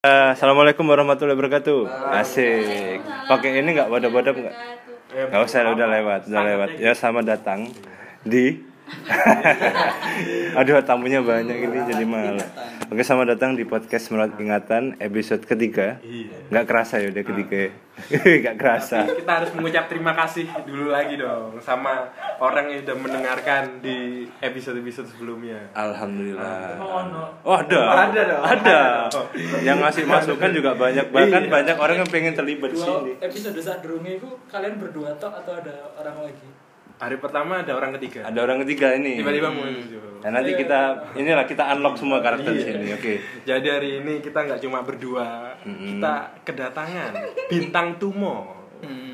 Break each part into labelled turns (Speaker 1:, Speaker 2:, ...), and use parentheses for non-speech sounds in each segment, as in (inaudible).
Speaker 1: Ya, assalamualaikum warahmatullahi wabarakatuh. Asik. Pakai ini nggak wadap-wadap nggak?
Speaker 2: Eh,
Speaker 1: Nggak usah, udah lewat, udah lewat. Ya selamat datang di. (laughs) Aduh tamunya banyak ini jadi malu. Oke selamat datang di podcast Merawat Ingatan episode ketiga.
Speaker 2: Iya.
Speaker 1: Nggak kerasa ya udah ketiga. ya. (laughs) Nggak kerasa.
Speaker 2: Tapi kita harus mengucap terima kasih dulu lagi dong sama orang yang sudah mendengarkan di episode-episode sebelumnya.
Speaker 1: Alhamdulillah.
Speaker 3: no.
Speaker 1: Oh ada.
Speaker 2: Ada dong.
Speaker 1: Ada. Yang ngasih masukan juga banyak bahkan
Speaker 2: Iya.
Speaker 1: banyak orang yang pengen terlibat di
Speaker 3: Dua
Speaker 1: sini.
Speaker 3: episode saat itu kalian berdua tok atau ada orang lagi?
Speaker 2: Hari pertama ada orang ketiga.
Speaker 1: Ada orang ketiga ini.
Speaker 2: Tiba-tiba muncul.
Speaker 1: Dan Nah, nanti kita inilah kita unlock semua karakter di
Speaker 2: Iya.
Speaker 1: sini. Oke.
Speaker 2: Jadi hari ini kita nggak cuma berdua, kita kedatangan bintang Tumo.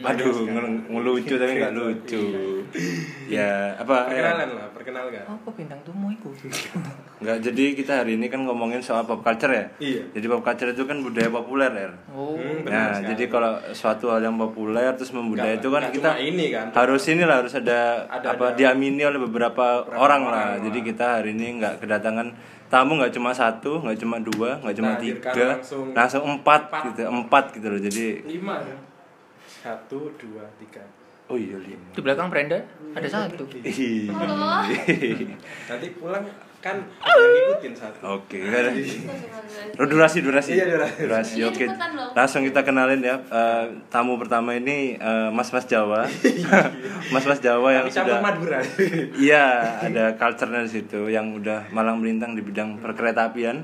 Speaker 1: Aduh,
Speaker 2: Iya.
Speaker 1: ngel- ngelucu tapi nggak lucu. Ya, apa? ya?
Speaker 2: Perkenalan lah, perkenalkan.
Speaker 4: apa bintang tumo iku
Speaker 1: Nggak, jadi kita hari ini kan ngomongin soal pop culture ya.
Speaker 2: Iya.
Speaker 1: Jadi pop culture itu kan budaya populer ya.
Speaker 4: oh
Speaker 2: Hmm, benar
Speaker 1: Nah,
Speaker 2: sekali.
Speaker 1: jadi kalau suatu hal yang populer terus membudaya
Speaker 2: Nggak-
Speaker 1: itu kan
Speaker 2: nggak
Speaker 1: kita
Speaker 2: cuma ini kan.
Speaker 1: harus inilah harus ada,
Speaker 2: Ada-
Speaker 1: apa
Speaker 2: ada-
Speaker 1: diamini oleh beberapa orang lah. Jadi kita hari ini nggak kedatangan tamu nggak cuma satu, nggak cuma dua, nggak cuma
Speaker 2: Kita Nah, hadirkan
Speaker 1: tiga,
Speaker 2: langsung
Speaker 1: langsung empat,
Speaker 2: empat.
Speaker 1: gitu, empat gitu loh. Jadi
Speaker 3: Lima ya?
Speaker 2: Satu, dua, tiga.
Speaker 1: oh iya lima.
Speaker 4: di belakang Brenda
Speaker 3: Hmm.
Speaker 4: ada satu
Speaker 2: Iya.
Speaker 1: Ih.
Speaker 2: Nanti pulang kan ada yang ngikutin satu.
Speaker 1: Oke, nggak ada. Oh, durasi durasi.
Speaker 2: Iya, durasi.
Speaker 5: Iya,
Speaker 1: Oke.
Speaker 5: cepetan loh.
Speaker 1: Langsung kita kenalin ya eh, tamu pertama ini eh, Mas-mas Jawa. Mas-mas Jawa Oh, yang
Speaker 2: Iya. Tapi campur
Speaker 1: sudah
Speaker 2: Madura. (laughs)
Speaker 1: Iya, ada culture-nya di situ yang udah malang melintang di bidang perkeretaapian.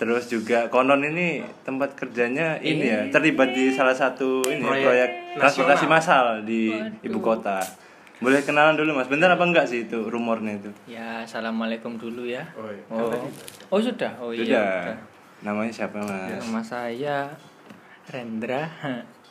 Speaker 1: Terus juga konon ini tempat kerjanya ini ya, terlibat di salah satu ini
Speaker 2: Proyek
Speaker 1: proyek, transportasi massal di ibu kota. Boleh kenalan dulu Mas. Bener apa enggak sih itu rumornya itu?
Speaker 4: ya assalamualaikum dulu ya
Speaker 2: Oh, iya. Kan
Speaker 4: oh oh sudah oh iya
Speaker 1: Sudah. Namanya siapa
Speaker 4: sudah.
Speaker 1: Mas?
Speaker 4: nama saya Rendra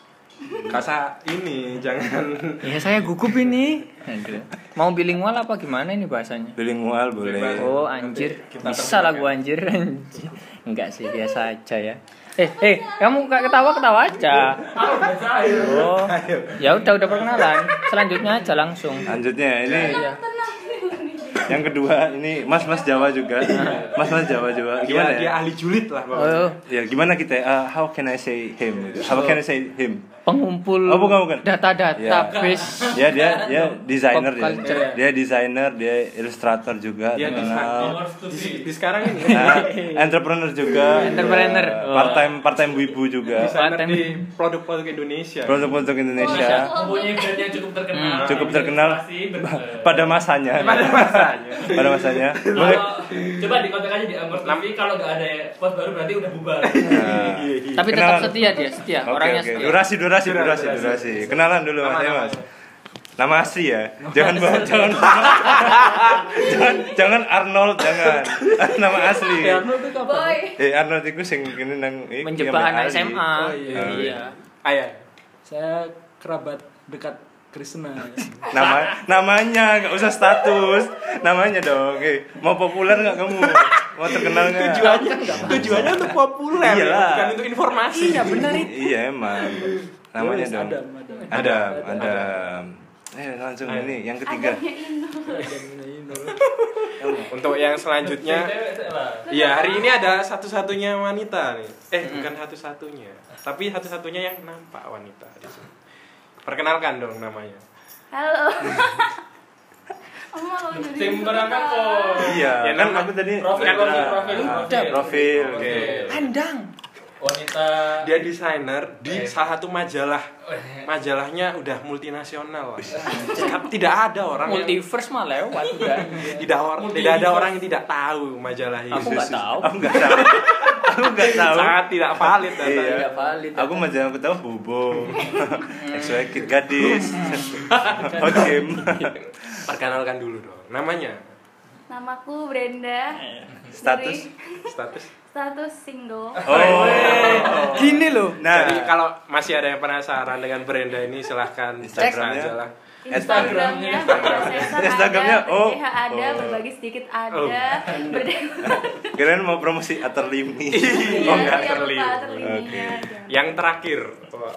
Speaker 4: (laughs)
Speaker 2: Kasa ini jangan
Speaker 4: ya saya gugup ini Aduh. mau bilingual apa gimana ini bahasanya
Speaker 1: Bilingual boleh.
Speaker 4: oh anjir
Speaker 2: Kita
Speaker 4: bisa lah gua anjir (laughs) Anjir. enggak sih biasa aja ya eh eh kamu nggak ketawa ketawa aja oh ya udah udah perkenalan selanjutnya aja langsung
Speaker 1: Lanjutnya ini
Speaker 4: Iya.
Speaker 1: yang kedua ini Mas Mas Jawa juga.
Speaker 4: (laughs)
Speaker 1: Mas Mas Jawa
Speaker 4: Iya,
Speaker 1: juga.
Speaker 2: dia,
Speaker 1: Gimana
Speaker 2: dia
Speaker 1: ya?
Speaker 2: ahli julid lah pokoknya.
Speaker 4: oh
Speaker 1: Ya gimana kita? eh, how can I say
Speaker 4: Iya,
Speaker 1: him? gitu. How can I say him?
Speaker 4: pengumpul
Speaker 1: Oh, bukan, bukan.
Speaker 4: data-data
Speaker 1: Ya.
Speaker 4: base
Speaker 1: Ya dia dia desainer
Speaker 4: Pop
Speaker 1: dia.
Speaker 4: culture.
Speaker 1: Dia desainer, dia ilustrator juga.
Speaker 2: Dia Iya, di,
Speaker 1: terkenal.
Speaker 2: di, di- di sekarang ini
Speaker 1: Nah, entrepreneur juga.
Speaker 4: (laughs) Entrepreneur.
Speaker 1: Ya, part time part time wibu juga.
Speaker 2: desainer
Speaker 4: Konten.
Speaker 2: di produk-produk Indonesia.
Speaker 1: Produk-produk Indonesia
Speaker 3: Mempunyai brand yang cukup terkenal.
Speaker 1: cukup terkenal (laughs) pada masanya.
Speaker 2: Pada masanya.
Speaker 1: Pada
Speaker 4: (laughs)
Speaker 1: masanya. Boleh-
Speaker 3: Kalau coba dikontak aja di Amor TV kalau nggak ada post baru berarti udah bubar.
Speaker 1: Nah,
Speaker 4: tapi tetap
Speaker 1: kenalan.
Speaker 4: setia dia setia
Speaker 1: Oke,
Speaker 4: orangnya
Speaker 1: oke.
Speaker 4: setia
Speaker 1: Durasi, durasi, durasi,
Speaker 2: durasi.
Speaker 1: durasi. Kenalan dulu Mas
Speaker 2: Nama,
Speaker 1: ya,
Speaker 2: nama.
Speaker 1: Mas. Nama asli ya. Jangan bawa jangan jangan jangan Arnold jangan. (laughs) Nama asli.
Speaker 5: Boy.
Speaker 1: Eh Arnold itu sing kene nang iya, iki,
Speaker 4: menjebak
Speaker 1: ambek
Speaker 4: anak
Speaker 1: Ali.
Speaker 4: SMA
Speaker 3: Oh, iya.
Speaker 4: iya
Speaker 2: Ayah.
Speaker 3: Saya kerabat dekat Krishna.
Speaker 1: Nama namanya nggak usah status. Namanya dong. Eh, mau populer nggak kamu? Mau terkenal nggak?
Speaker 2: Tujuannya tujuannya untuk populer, ya,
Speaker 1: Iyalah.
Speaker 2: bukan untuk informasi. Iya benar itu.
Speaker 1: Iya emang. Namanya dong.
Speaker 3: Adam, Adam.
Speaker 1: Adam, Adam. Eh langsung ini yang ketiga.
Speaker 5: Adanya Indo.
Speaker 2: Untuk yang selanjutnya, ya hari ini ada satu-satunya wanita nih. Eh bukan satu-satunya, tapi satu-satunya yang nampak wanita di sini. Perkenalkan dong namanya.
Speaker 5: (laughs) Halo. Oma kalau jadi
Speaker 3: Tim
Speaker 5: disuruh
Speaker 3: berangkat,
Speaker 5: tahu.
Speaker 3: Pol.
Speaker 1: Iya,
Speaker 2: Ya,
Speaker 1: kan
Speaker 2: nama-
Speaker 1: aku tadi
Speaker 3: Profil,
Speaker 1: Kan-
Speaker 3: profil,
Speaker 1: ah,
Speaker 3: profil,
Speaker 1: profil.
Speaker 3: profil.
Speaker 1: oke.
Speaker 4: andang
Speaker 3: Wanita
Speaker 2: Dia desainer di
Speaker 3: Eh.
Speaker 2: salah satu majalah. Majalahnya udah multinasional. lah. Sekarang tidak ada orang yang-
Speaker 4: multiverse mah lewat
Speaker 1: Iya,
Speaker 4: udah
Speaker 2: tidak or-
Speaker 3: Multi-
Speaker 2: tidak ada orang yang tidak tahu majalah ini.
Speaker 1: iya,
Speaker 4: aku nggak tahu
Speaker 1: Aku nggak tahu. aku nggak tahu.
Speaker 2: Sangat tidak valid data.
Speaker 1: Iya.
Speaker 4: nggak valid
Speaker 1: Aku majalah aku tahu bobo. Exoekit gadis. Oh, Otim.
Speaker 2: Perkenalkan dulu dong. Namanya,
Speaker 5: Namaku Brenda.
Speaker 1: Status?
Speaker 5: Dari-
Speaker 2: Eh, status.
Speaker 5: Status single.
Speaker 1: Oh.
Speaker 4: gini loh
Speaker 1: Nah,
Speaker 2: Jadi kalau masih ada yang penasaran dengan Brenda ini silahkan cek
Speaker 1: Instagramnya.
Speaker 2: saja lah.
Speaker 5: Instagramnya, Instagramnya,
Speaker 1: Instagramnya, oh.
Speaker 5: PH ada,
Speaker 1: Oh.
Speaker 5: berbagi sedikit
Speaker 2: Oh.
Speaker 5: ada, berdaya.
Speaker 1: kalian mau promosi Aterlimi.
Speaker 2: (laughs)
Speaker 5: Iya.
Speaker 2: Oh, nggak terlihat.
Speaker 5: terlihat.
Speaker 2: Yang terakhir. Wah.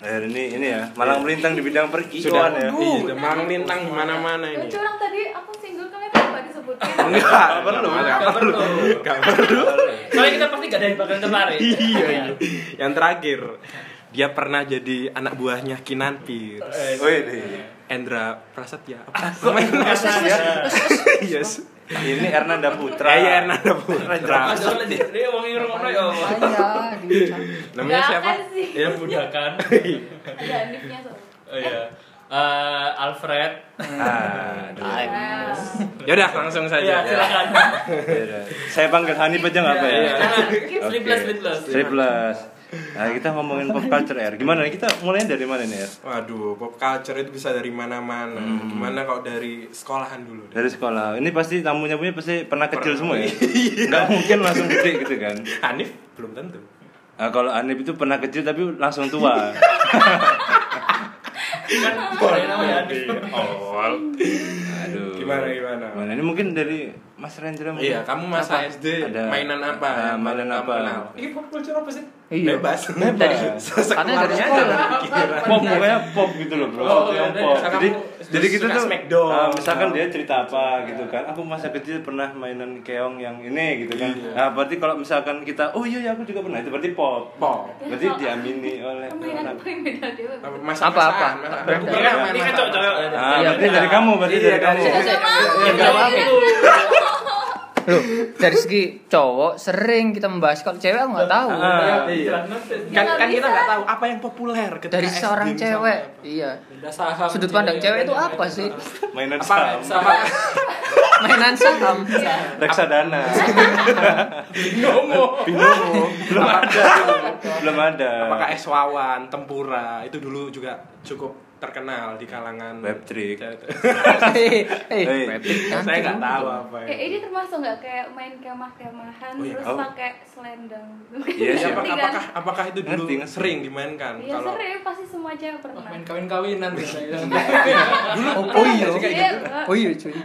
Speaker 1: Nah, ini ini ya, malang melintang di bidang perkiuan ya.
Speaker 2: Ih, demang lintang di mana-mana ini.
Speaker 5: Lucu orang tadi aku single kami berbagi disebutkan
Speaker 2: Enggak perlu, enggak perlu. Enggak perlu.
Speaker 3: Soalnya kita pasti gak ada yang bakal tertarik.
Speaker 2: Iya, iya. Yang terakhir, dia pernah jadi anak buahnya Kinanti.
Speaker 3: Eh,
Speaker 1: Wih, nih.
Speaker 2: Endra Prasetya. Apa namanya? Yes.
Speaker 1: ini Ernanda Putra.
Speaker 2: Eh, ya, Ernanda Putra.
Speaker 3: Mas Dol, Ah, dia dia ngomongin rumah ya Allah.
Speaker 2: Namanya
Speaker 5: Nggak
Speaker 2: siapa?
Speaker 5: akan sih.
Speaker 2: Ya,
Speaker 3: Budakan.
Speaker 5: ada Nifnya soalnya.
Speaker 3: Oh iya. Eh, Alfred.
Speaker 1: Ah, aduh.
Speaker 5: Wow.
Speaker 2: Yaudah, langsung
Speaker 3: Iya,
Speaker 2: saja.
Speaker 3: silakan.
Speaker 1: Iya. Saya panggil Hanif aja nggak apa ya?
Speaker 3: Iya.
Speaker 1: Oke.
Speaker 3: Sleepless, sleepless.
Speaker 1: Sleepless. Nah, kita ngomongin pop culture R. Gimana nih? kita mulai dari mana nih R?
Speaker 2: Waduh, pop culture itu bisa dari mana-mana. Gimana kalau dari sekolahan dulu? deh?
Speaker 1: Dari sekolah. Ini pasti tamunya punya pasti pernah kecil semua ya.
Speaker 2: Iya.
Speaker 1: Nggak mungkin langsung gede gitu kan.
Speaker 2: Hanif belum tentu.
Speaker 1: Nah, kalau Hanif itu pernah kecil tapi langsung tua.
Speaker 3: Kan saya namanya Andi.
Speaker 2: Oh.
Speaker 1: Aduh.
Speaker 2: Gimana, gimana?
Speaker 1: Ini mungkin dari Mas Rendra mungkin.
Speaker 2: Iya, kamu masa SD
Speaker 1: Ada-
Speaker 2: mainan apa?
Speaker 1: Ah,
Speaker 2: yang
Speaker 1: mainan
Speaker 2: kamu
Speaker 1: apa?
Speaker 2: kenal?
Speaker 3: Ini pop culture apa sih?
Speaker 4: Iya.
Speaker 2: Bebas. (laughs)
Speaker 1: Bebas.
Speaker 4: Katanya dari
Speaker 2: Sekelarnya
Speaker 4: sekolah.
Speaker 2: aja berpikiran.
Speaker 1: pop pokoknya pop gitu loh bro
Speaker 3: Oh,
Speaker 1: Sesuatu yang
Speaker 3: iya,
Speaker 1: pop
Speaker 2: iya.
Speaker 1: jadi
Speaker 2: Kamu
Speaker 1: jadi kita
Speaker 2: suka
Speaker 1: tuh
Speaker 2: Smackdown. Iya.
Speaker 1: ah, misalkan dia cerita apa gitu kan aku masa kecil pernah mainan keong yang ini gitu kan
Speaker 2: Iya.
Speaker 1: nah berarti kalau misalkan kita oh iya iya aku juga pernah itu berarti pop
Speaker 2: Pop.
Speaker 1: berarti diamini oleh
Speaker 5: Permainan
Speaker 1: anak
Speaker 5: paling beda dewa.
Speaker 2: Apa,
Speaker 5: Coba
Speaker 2: Masak
Speaker 4: Apa, apa?
Speaker 2: masakan. Aku
Speaker 4: Iya,
Speaker 2: pernah
Speaker 3: ini
Speaker 2: main
Speaker 3: kan
Speaker 2: masak.
Speaker 3: cocok.
Speaker 1: ah
Speaker 4: Iya,
Speaker 1: berarti
Speaker 4: iya.
Speaker 1: dari kamu berarti
Speaker 2: Iya,
Speaker 1: dari kamu
Speaker 2: dari-
Speaker 3: Yang jawab itu.
Speaker 4: Loh, dari segi cowok sering kita membahas kalau cewek aku nggak tahu.
Speaker 1: Ah,
Speaker 2: Iya. Kan, kan kita nggak tahu apa yang populer ketika
Speaker 4: Dari
Speaker 2: SD
Speaker 4: seorang
Speaker 2: misalnya.
Speaker 4: cewek. Iya. Sudut pandang
Speaker 6: ya,
Speaker 4: cewek
Speaker 6: gitu.
Speaker 4: itu apa sih?
Speaker 1: mainan saham
Speaker 2: Apa sama
Speaker 4: Mainan saham.
Speaker 1: reksadana
Speaker 2: Binomo?
Speaker 1: binomo
Speaker 2: (laughs)
Speaker 1: belum ada belum ada
Speaker 2: Apakah es wawan, tempura itu dulu juga cukup terkenal di kalangan
Speaker 1: web trick
Speaker 4: Hei,
Speaker 2: eh,
Speaker 4: hei,
Speaker 1: Hei.
Speaker 4: Pepik, nanti
Speaker 2: Saya nggak
Speaker 4: lu.
Speaker 2: tahu apa
Speaker 5: Kayak
Speaker 2: itu.
Speaker 5: ini termasuk nggak kayak main kemah-kemahan
Speaker 2: Oh iya.
Speaker 5: terus
Speaker 1: Oh.
Speaker 5: pakai selendang.
Speaker 1: Iya sih.
Speaker 5: Ngerti
Speaker 2: Apakah,
Speaker 5: kan?
Speaker 2: apakah apakah itu dulu
Speaker 1: Ngerti, ngerti.
Speaker 2: sering dimainkan?
Speaker 5: Iya
Speaker 2: Kalau
Speaker 5: sering pasti semua cewek pernah.
Speaker 3: Main kawin-kawinan biasanya.
Speaker 4: Oh, oh iya.
Speaker 5: Iya,
Speaker 4: Oh iya, cuy.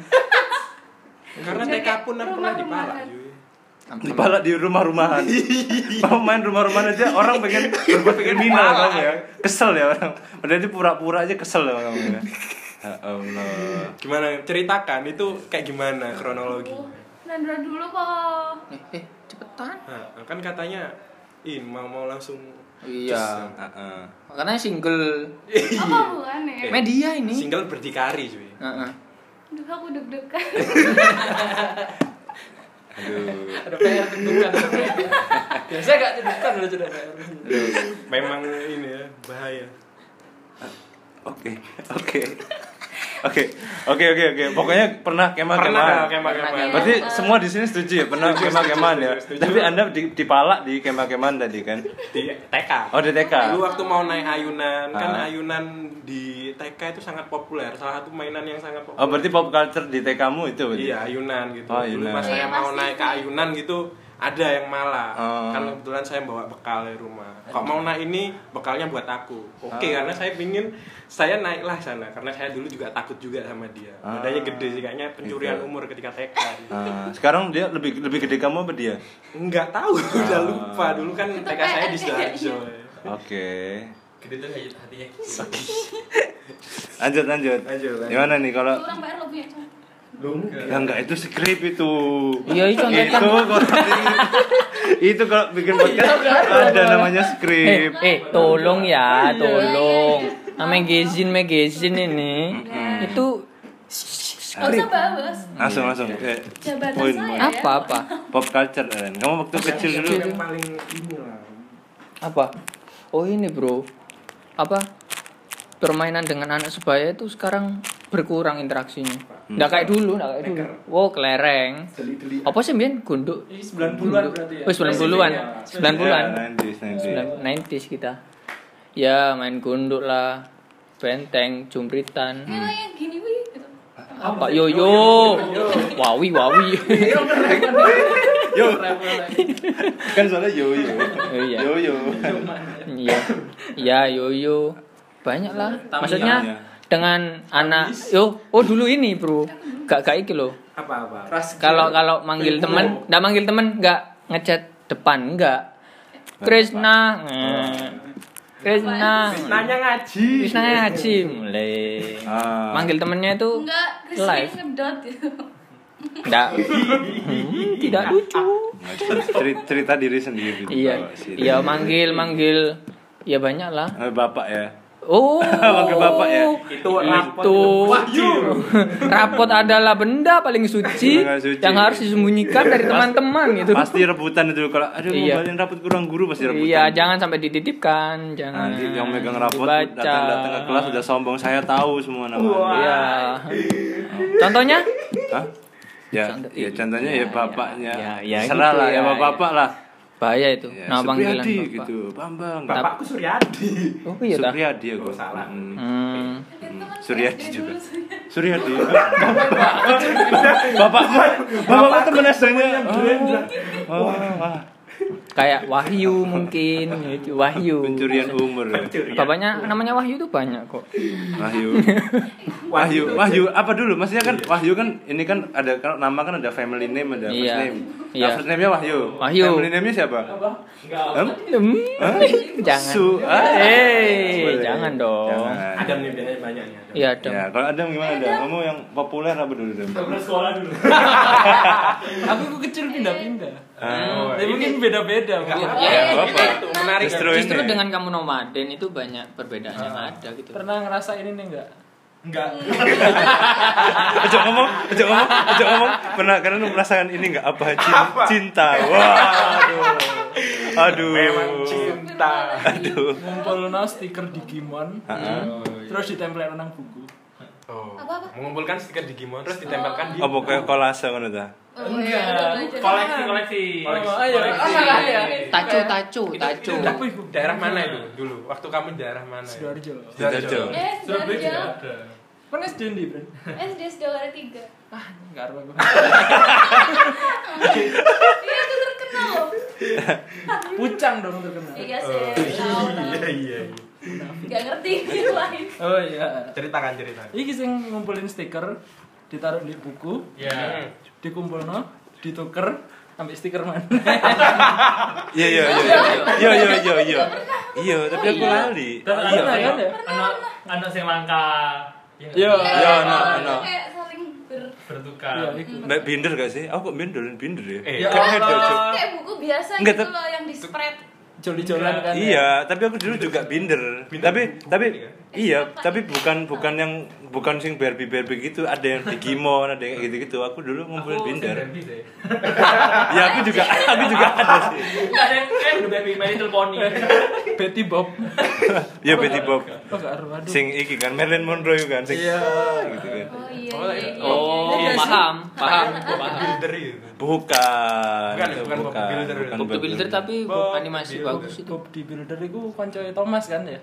Speaker 2: karena
Speaker 5: Kayak kan.
Speaker 2: TK pun aku pernah dipalak.
Speaker 5: rumah-rumahan.
Speaker 2: cuy.
Speaker 1: dipalak di rumah-rumahan
Speaker 2: (laughs)
Speaker 1: mau main rumah-rumahan aja orang pengen berbuat kriminal kan ya kesel ya orang padahal dia pura-pura aja kesel ya orang ya Allah
Speaker 2: Gimana ceritakan itu
Speaker 1: Iya,
Speaker 2: kayak Oh, gimana kronologi?
Speaker 5: Oh. Nandra dulu kok.
Speaker 4: Eh, eh, cepetan.
Speaker 2: Nah, kan katanya in mau mau langsung
Speaker 1: Ah.
Speaker 4: Iya.
Speaker 1: Heeh.
Speaker 4: Makanya single
Speaker 5: Apa bukan
Speaker 4: Eh.
Speaker 5: ya?
Speaker 4: media ini.
Speaker 2: single berdikari cuy.
Speaker 4: Heeh.
Speaker 5: Duh aku deg-degan.
Speaker 1: aduh
Speaker 3: Ada PR tentukan. Biasanya gak tentukan udah sudah PR.
Speaker 2: Memang ini ya bahaya.
Speaker 1: oke oke oke oke oke oke pokoknya pernah kemah kemah
Speaker 2: Pernah kemah kemah.
Speaker 5: Pernah.
Speaker 1: berarti semua di sini setuju ya pernah
Speaker 2: Setuju,
Speaker 1: kemah kemahan
Speaker 2: setuju,
Speaker 1: ya
Speaker 2: setuju.
Speaker 1: tapi anda di- dipalak di kemah kemahan tadi kan
Speaker 2: Di TK.
Speaker 1: oh di TK
Speaker 2: Dulu waktu mau naik ayunan, kan
Speaker 1: Ah.
Speaker 2: ayunan di TK itu sangat populer. Salah satu mainan yang sangat populer.
Speaker 1: oh berarti pop culture di TK mu itu berarti?
Speaker 2: Iya, ayunan gitu.
Speaker 1: Oh,
Speaker 2: Dulu
Speaker 1: ayunan.
Speaker 2: pas saya
Speaker 5: Iya,
Speaker 2: mau
Speaker 5: pasti
Speaker 2: naik ke
Speaker 5: sih.
Speaker 2: ayunan gitu, ada yang malah.
Speaker 1: Oh.
Speaker 2: Kan kebetulan saya bawa bekal dari rumah. Kok mau naik ini bekalnya buat aku. Oke,
Speaker 1: Oh.
Speaker 2: karena saya pingin saya naiklah sana karena saya dulu juga takut juga sama dia.
Speaker 1: Ah.
Speaker 2: Badannya gede sih kayaknya pencurian
Speaker 1: Gitu.
Speaker 2: umur ketika TK.
Speaker 1: Ah, sekarang dia lebih lebih gede kamu apa dia
Speaker 2: Enggak tahu,
Speaker 1: Oh.
Speaker 2: (laughs) udah lupa. Dulu kan
Speaker 5: Itu gitu.
Speaker 2: TK saya di
Speaker 5: PR
Speaker 2: Sidoarjo.
Speaker 1: Oke.
Speaker 3: Gede tuh hatinya.
Speaker 1: Lanjut lanjut.
Speaker 2: Lanjut, lanjut.
Speaker 1: Gimana nih kalau
Speaker 5: Kurang PR lo punya cowok.
Speaker 1: Ya enggak itu skrip itu.
Speaker 4: Iya, itu contohnya.
Speaker 1: itu kalau itu kalau bikin
Speaker 4: Oh,
Speaker 1: podcast ada namanya
Speaker 4: Eh,
Speaker 1: skrip.
Speaker 4: iya, eh, tolong ya, tolong. Namanya magazine, magazine ini.
Speaker 5: Nah.
Speaker 4: Itu
Speaker 5: Gak usah bahas.
Speaker 1: Langsung langsung.
Speaker 4: Iya.
Speaker 1: Eh,
Speaker 5: Jabatan
Speaker 1: poin
Speaker 5: saya. ya.
Speaker 1: poin.
Speaker 4: apa-apa?
Speaker 1: Pop culture Ren. Kamu waktu kecil dulu
Speaker 2: Yang paling ini lah.
Speaker 4: Apa? Oh, ini, Bro. Apa? Permainan dengan anak sebaya itu sekarang berkurang interaksinya. Nggak kayak dulu, nggak kayak dulu. Wow, kelereng.
Speaker 2: Deli-deli.
Speaker 4: Apa sih, Mbien? Gunduk.
Speaker 3: Ini 90-an berarti ya.
Speaker 4: Oh, 90-an.
Speaker 3: Iya.
Speaker 4: 90-an.
Speaker 1: Ya, 90s, 90s.
Speaker 4: 90s kita. Ya, main gunduk lah. Benteng, jumritan.
Speaker 5: Kayak lo yang gini wih. gitu.
Speaker 4: Apa? Yoyo. Wawi, wawi.
Speaker 1: Yo, kan soalnya yo yo.
Speaker 4: Oh, (laughs) iya.
Speaker 1: Yo yo.
Speaker 4: Iya. Iya, yoyo. Banyak lah.
Speaker 3: Tamiya.
Speaker 4: Maksudnya
Speaker 1: Tamiya.
Speaker 4: dengan anak yo oh dulu ini, Bro. Gak kayak iki loh.
Speaker 2: Apa-apa?
Speaker 4: Kalau kalau manggil temen, enggak manggil temen enggak ngechat depan enggak. Krishna. eh. Krishna.
Speaker 2: Nanya ngaji.
Speaker 4: Krishna ngaji mulai.
Speaker 1: Ah.
Speaker 4: Manggil temennya itu
Speaker 5: Enggak, Chris
Speaker 4: Live.
Speaker 5: ngedot gitu.
Speaker 4: Enggak. Hmm, tidak lucu.
Speaker 1: cerita, cerita diri sendiri
Speaker 4: Iya.
Speaker 1: Bawa sini.
Speaker 4: Iya manggil manggil. Ya banyak lah.
Speaker 1: Eh, bapak ya (laughs)
Speaker 4: Oh.
Speaker 1: Manggil bapak ya?
Speaker 2: Itu
Speaker 4: Itu
Speaker 2: Wahyu.
Speaker 4: (laughs) rapot adalah benda paling suci,
Speaker 1: Benda suci.
Speaker 4: yang harus disembunyikan dari teman-teman gitu.
Speaker 1: pasti rebutan itu kalau aduh mau
Speaker 4: Iya.
Speaker 1: balikin rapot kurang guru pasti rebutan
Speaker 4: Iya, jangan sampai dititipkan, jangan.
Speaker 1: nanti yang megang rapot
Speaker 4: dibaca.
Speaker 1: datang datang ke kelas udah sombong saya tahu semua nama Anda."
Speaker 4: Iya. Contohnya?
Speaker 1: Hah? Ya,
Speaker 4: Contoh-
Speaker 1: ya contohnya ya,
Speaker 4: Iya,
Speaker 1: bapaknya.
Speaker 4: iya, iya,
Speaker 1: Ya,
Speaker 4: iya,
Speaker 1: Serah
Speaker 4: gitu
Speaker 1: lah,
Speaker 4: ya,
Speaker 1: ya bapak-bapak lah.
Speaker 4: Bahaya itu.
Speaker 1: Ya,
Speaker 4: Nah, panggilan
Speaker 1: Supriyadi
Speaker 4: bapak.
Speaker 1: gitu, Bambang. Bapak
Speaker 2: Bapakku Suryadi.
Speaker 4: Oh iya dah.
Speaker 1: Supriyadi ya
Speaker 2: Oh, salah.
Speaker 4: Hmm.
Speaker 5: kan
Speaker 1: Suryadi juga.
Speaker 5: Suryadi.
Speaker 1: Suryadi. Bapakku, bapakku temen SD-nya. Oh, wah,
Speaker 4: Kayak Wahyu mungkin, gitu. Wahyu.
Speaker 1: pencurian umur. ya.
Speaker 4: Bapaknya namanya Wahyu tuh banyak kok.
Speaker 1: Wahyu. Wahyu, Wahyu apa dulu? Maksudnya kan Wahyu kan ini kan ada kalau nama kan ada family name ada first
Speaker 4: Iya.
Speaker 1: name.
Speaker 4: Iya.
Speaker 1: Nah, first name-nya Wahyu.
Speaker 4: Wahyu.
Speaker 1: Family name-nya siapa? Em?
Speaker 4: Hmm, (laughs) jangan.
Speaker 1: Su- ah.
Speaker 4: Eh,
Speaker 1: Boleh.
Speaker 4: jangan dong.
Speaker 1: Jangan.
Speaker 2: Adam nih biasanya banyak nih. Adam.
Speaker 4: Iya dong.
Speaker 1: Ya, kalau Adam gimana Adam? Kamu yang populer apa dulu Adam?
Speaker 3: sekolah dulu. Tapi aku kecil pindah-pindah.
Speaker 1: Ah,
Speaker 3: Tapi mungkin beda-beda. mungkin.
Speaker 4: Ya,
Speaker 5: Eh,
Speaker 1: nggak apa-apa.
Speaker 5: itu
Speaker 2: Menarik.
Speaker 1: Justru ini.
Speaker 4: Justru dengan kamu nomaden itu banyak perbedaan yang ada gitu.
Speaker 3: Pernah ngerasain ini enggak?
Speaker 2: Enggak.
Speaker 1: Ajak ngomong, ajak ngomong, ajak ngomong. Pernah karena lu merasakan ini nggak apa, cin-
Speaker 2: Apa?
Speaker 1: cinta. Wah, aduh.
Speaker 2: Memang
Speaker 1: Aduh.
Speaker 2: cinta.
Speaker 1: Aduh.
Speaker 3: Ngumpulno stiker Digimon.
Speaker 1: Heeh.
Speaker 2: iya.
Speaker 3: Terus ditempelin nang buku.
Speaker 2: Oh.
Speaker 5: Apa-apa?
Speaker 2: Mengumpulkan stiker Digimon terus ditempelkan di
Speaker 1: Apa kayak kolase ngono ta?
Speaker 4: Oh,
Speaker 5: Oh,
Speaker 4: iya,
Speaker 5: iya,
Speaker 3: Koleksi-koleksi. Oh, ayo.
Speaker 2: Koleksi.
Speaker 3: Oh, salah ya.
Speaker 4: Tacu, tacu,
Speaker 2: Itu
Speaker 4: tacu.
Speaker 2: apa itu? Daerah mana itu dulu? Waktu kamu di daerah mana?
Speaker 3: Sidoarjo.
Speaker 1: Sidoarjo.
Speaker 3: Surabaya
Speaker 4: Iya.
Speaker 5: Eh,
Speaker 6: ya?
Speaker 3: juga
Speaker 5: Surabaya.
Speaker 3: ada. Kan SD ndi, Bren?
Speaker 5: SD sudah ada tiga.
Speaker 3: Ah, enggak ada.
Speaker 5: Iya, itu terkenal loh.
Speaker 3: Pucang dong terkenal.
Speaker 5: Iya sih.
Speaker 2: Oh,
Speaker 5: tahu,
Speaker 2: Iya
Speaker 5: tahu.
Speaker 2: iya iya.
Speaker 5: Nggak ngerti (laughs) yang lain.
Speaker 3: Oh iya.
Speaker 2: Ceritakan ceritakan.
Speaker 3: Iki sing ngumpulin stiker ditaruh di buku,
Speaker 2: Iya.
Speaker 3: dikumpulno, dituker sampai stiker mana.
Speaker 1: Iya iya iya. Iya iya iya iya. Iya, tapi aku lali.
Speaker 3: Iya
Speaker 1: Iya.
Speaker 3: kan ya?
Speaker 6: anak anak sing langka ya,
Speaker 3: Iya.
Speaker 1: Iya, no, no.
Speaker 5: gitu Kayak saling ber
Speaker 3: Iya,
Speaker 6: bertukar
Speaker 3: iku.
Speaker 1: Mbak binder gak sih? Aku kok binder binder ya.
Speaker 2: Eh,
Speaker 3: Ya
Speaker 5: iya.
Speaker 1: Kan head aja.
Speaker 3: Allah.
Speaker 5: kayak buku biasa
Speaker 1: Nggak,
Speaker 5: gitu
Speaker 1: tapi-
Speaker 5: loh yang di spread.
Speaker 3: Joli-jolan kan. ya?
Speaker 1: Iya, tapi aku dulu juga binder.
Speaker 2: Binder
Speaker 1: tapi
Speaker 2: buku
Speaker 1: tapi
Speaker 2: juga.
Speaker 1: iya, tapi bukan bukan yang bukan sing Barbie Barbie gitu, ada yang Digimon, ada yang kayak gitu-gitu. Aku dulu ngumpulin binder.
Speaker 6: Barbie deh
Speaker 1: Ya aku juga aku juga ada sih.
Speaker 6: nggak ada yang kayak The Baby My Little Pony
Speaker 3: Betty Bob.
Speaker 1: Ya Betty Bob.
Speaker 3: Oh, enggak aruh, aduh.
Speaker 1: Sing iki kan Marilyn Monroe kan sing
Speaker 3: Iya.
Speaker 1: gitu kan.
Speaker 5: Oh iya.
Speaker 2: Oh,
Speaker 5: iya, iya,
Speaker 4: Oh,
Speaker 5: iya.
Speaker 4: paham, paham, paham.
Speaker 2: Builder itu.
Speaker 1: Bukan.
Speaker 2: Bukan,
Speaker 1: itu
Speaker 2: bukan Bob Builder. Bob
Speaker 4: Bob the Builder tapi Bob
Speaker 2: Bob
Speaker 4: animasi
Speaker 2: Builder.
Speaker 4: bagus itu.
Speaker 3: Bob di Builder itu kancoe Thomas kan ya?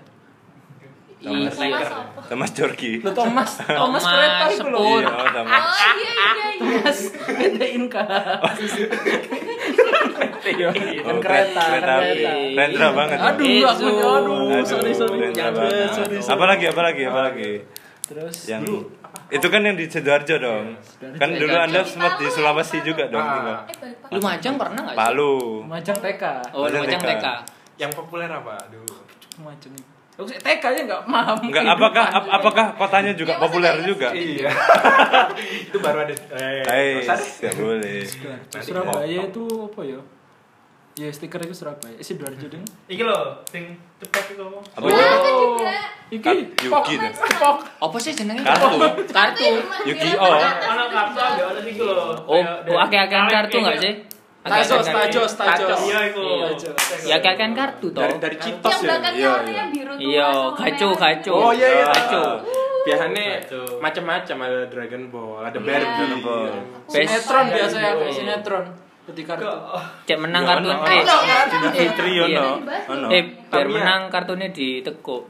Speaker 4: Iya,
Speaker 5: Thomas apa?
Speaker 1: Thomas Jorgi.
Speaker 3: Lo Thomas, Thomas
Speaker 4: Thomas,
Speaker 3: kereta itu loh.
Speaker 4: Sepur.
Speaker 1: Iya, Thomas.
Speaker 5: Oh iya iya iya.
Speaker 3: Thomas PT Inka. Iya, kan
Speaker 1: Oh,
Speaker 3: kereta, kan
Speaker 1: kereta api.
Speaker 3: kereta.
Speaker 1: Rendra banget.
Speaker 3: Aduh,
Speaker 4: Itu.
Speaker 3: aku aduh,
Speaker 1: Aduh,
Speaker 3: sorry sorry.
Speaker 1: Rendra
Speaker 3: Jangan,
Speaker 1: banget.
Speaker 3: sorry, sorry.
Speaker 1: Apalagi apalagi apalagi.
Speaker 3: Terus
Speaker 1: Yang itu kan yang di Sidoarjo
Speaker 3: Iya,
Speaker 1: dong. Kan dulu Anda sempat di Sulawesi juga dong
Speaker 2: Ah.
Speaker 1: tinggal.
Speaker 5: Eh balik
Speaker 4: Lu majang pernah nggak sih?
Speaker 1: Palu.
Speaker 3: Majang TK.
Speaker 4: Oh, lu
Speaker 1: Majang
Speaker 4: majang
Speaker 1: TK.
Speaker 4: TK.
Speaker 2: Yang populer apa? Aduh.
Speaker 3: Majang. Aku sih TK aja enggak paham.
Speaker 1: Enggak, apakah ap- apakah kotanya juga
Speaker 5: Ya,
Speaker 1: populer
Speaker 5: maksudnya
Speaker 1: juga?
Speaker 2: (laughs) Iya. itu baru ada. Eh,
Speaker 1: Eh,
Speaker 2: nggak usah deh.
Speaker 1: ya boleh.
Speaker 3: Sidoarjo. Surabaya itu apa ya? Ya stiker itu Surabaya. Eh, Sidoarjo ding.
Speaker 6: iki loh sing cepet itu
Speaker 1: Apa
Speaker 5: Wah,
Speaker 3: Oh,
Speaker 1: itu?
Speaker 5: aku Nah, kan juga.
Speaker 1: Kat
Speaker 3: Iki pok.
Speaker 1: Yuki tuh.
Speaker 5: Pok.
Speaker 4: Apa sih jenengnya?
Speaker 1: Kartu.
Speaker 4: Kartu.
Speaker 1: Yuki Oh.
Speaker 5: kan
Speaker 6: anak kartu ada anak iki loh
Speaker 4: Oh, oh akeh-akehan kartu nggak sih?
Speaker 3: Tajos,
Speaker 4: Akeh-akehan kartu.
Speaker 3: tajos, tajos.
Speaker 6: iya iku Iya.
Speaker 4: Ya akeh-akehan kartu toh.
Speaker 2: Dari dari Citos
Speaker 5: Yang
Speaker 2: ya.
Speaker 5: belakangnya
Speaker 1: Iya,
Speaker 5: warna
Speaker 1: iya.
Speaker 5: yang biru tua
Speaker 4: Iya,
Speaker 5: sama
Speaker 4: kacu,
Speaker 5: merah.
Speaker 4: kacu.
Speaker 2: Oh iya iya.
Speaker 4: Baco.
Speaker 2: Biasanya
Speaker 6: Baco.
Speaker 2: macam-macam ada Dragon Ball, ada
Speaker 5: Iya.
Speaker 2: Barbie.
Speaker 1: Dragon Ball.
Speaker 5: Aku
Speaker 4: Best.
Speaker 3: Sinetron
Speaker 5: lupa.
Speaker 3: biasa ya, kayak sinetron. Ketika
Speaker 4: Cek menang
Speaker 1: Ya,
Speaker 4: kartun
Speaker 1: ono,
Speaker 4: eh.
Speaker 5: Iya, kan?
Speaker 1: Fitri
Speaker 5: Iya,
Speaker 1: ono.
Speaker 5: dibahas.
Speaker 1: Ono.
Speaker 4: Eh,
Speaker 3: ya.
Speaker 4: biar
Speaker 2: Tamiya.
Speaker 4: menang kartunya ditekuk.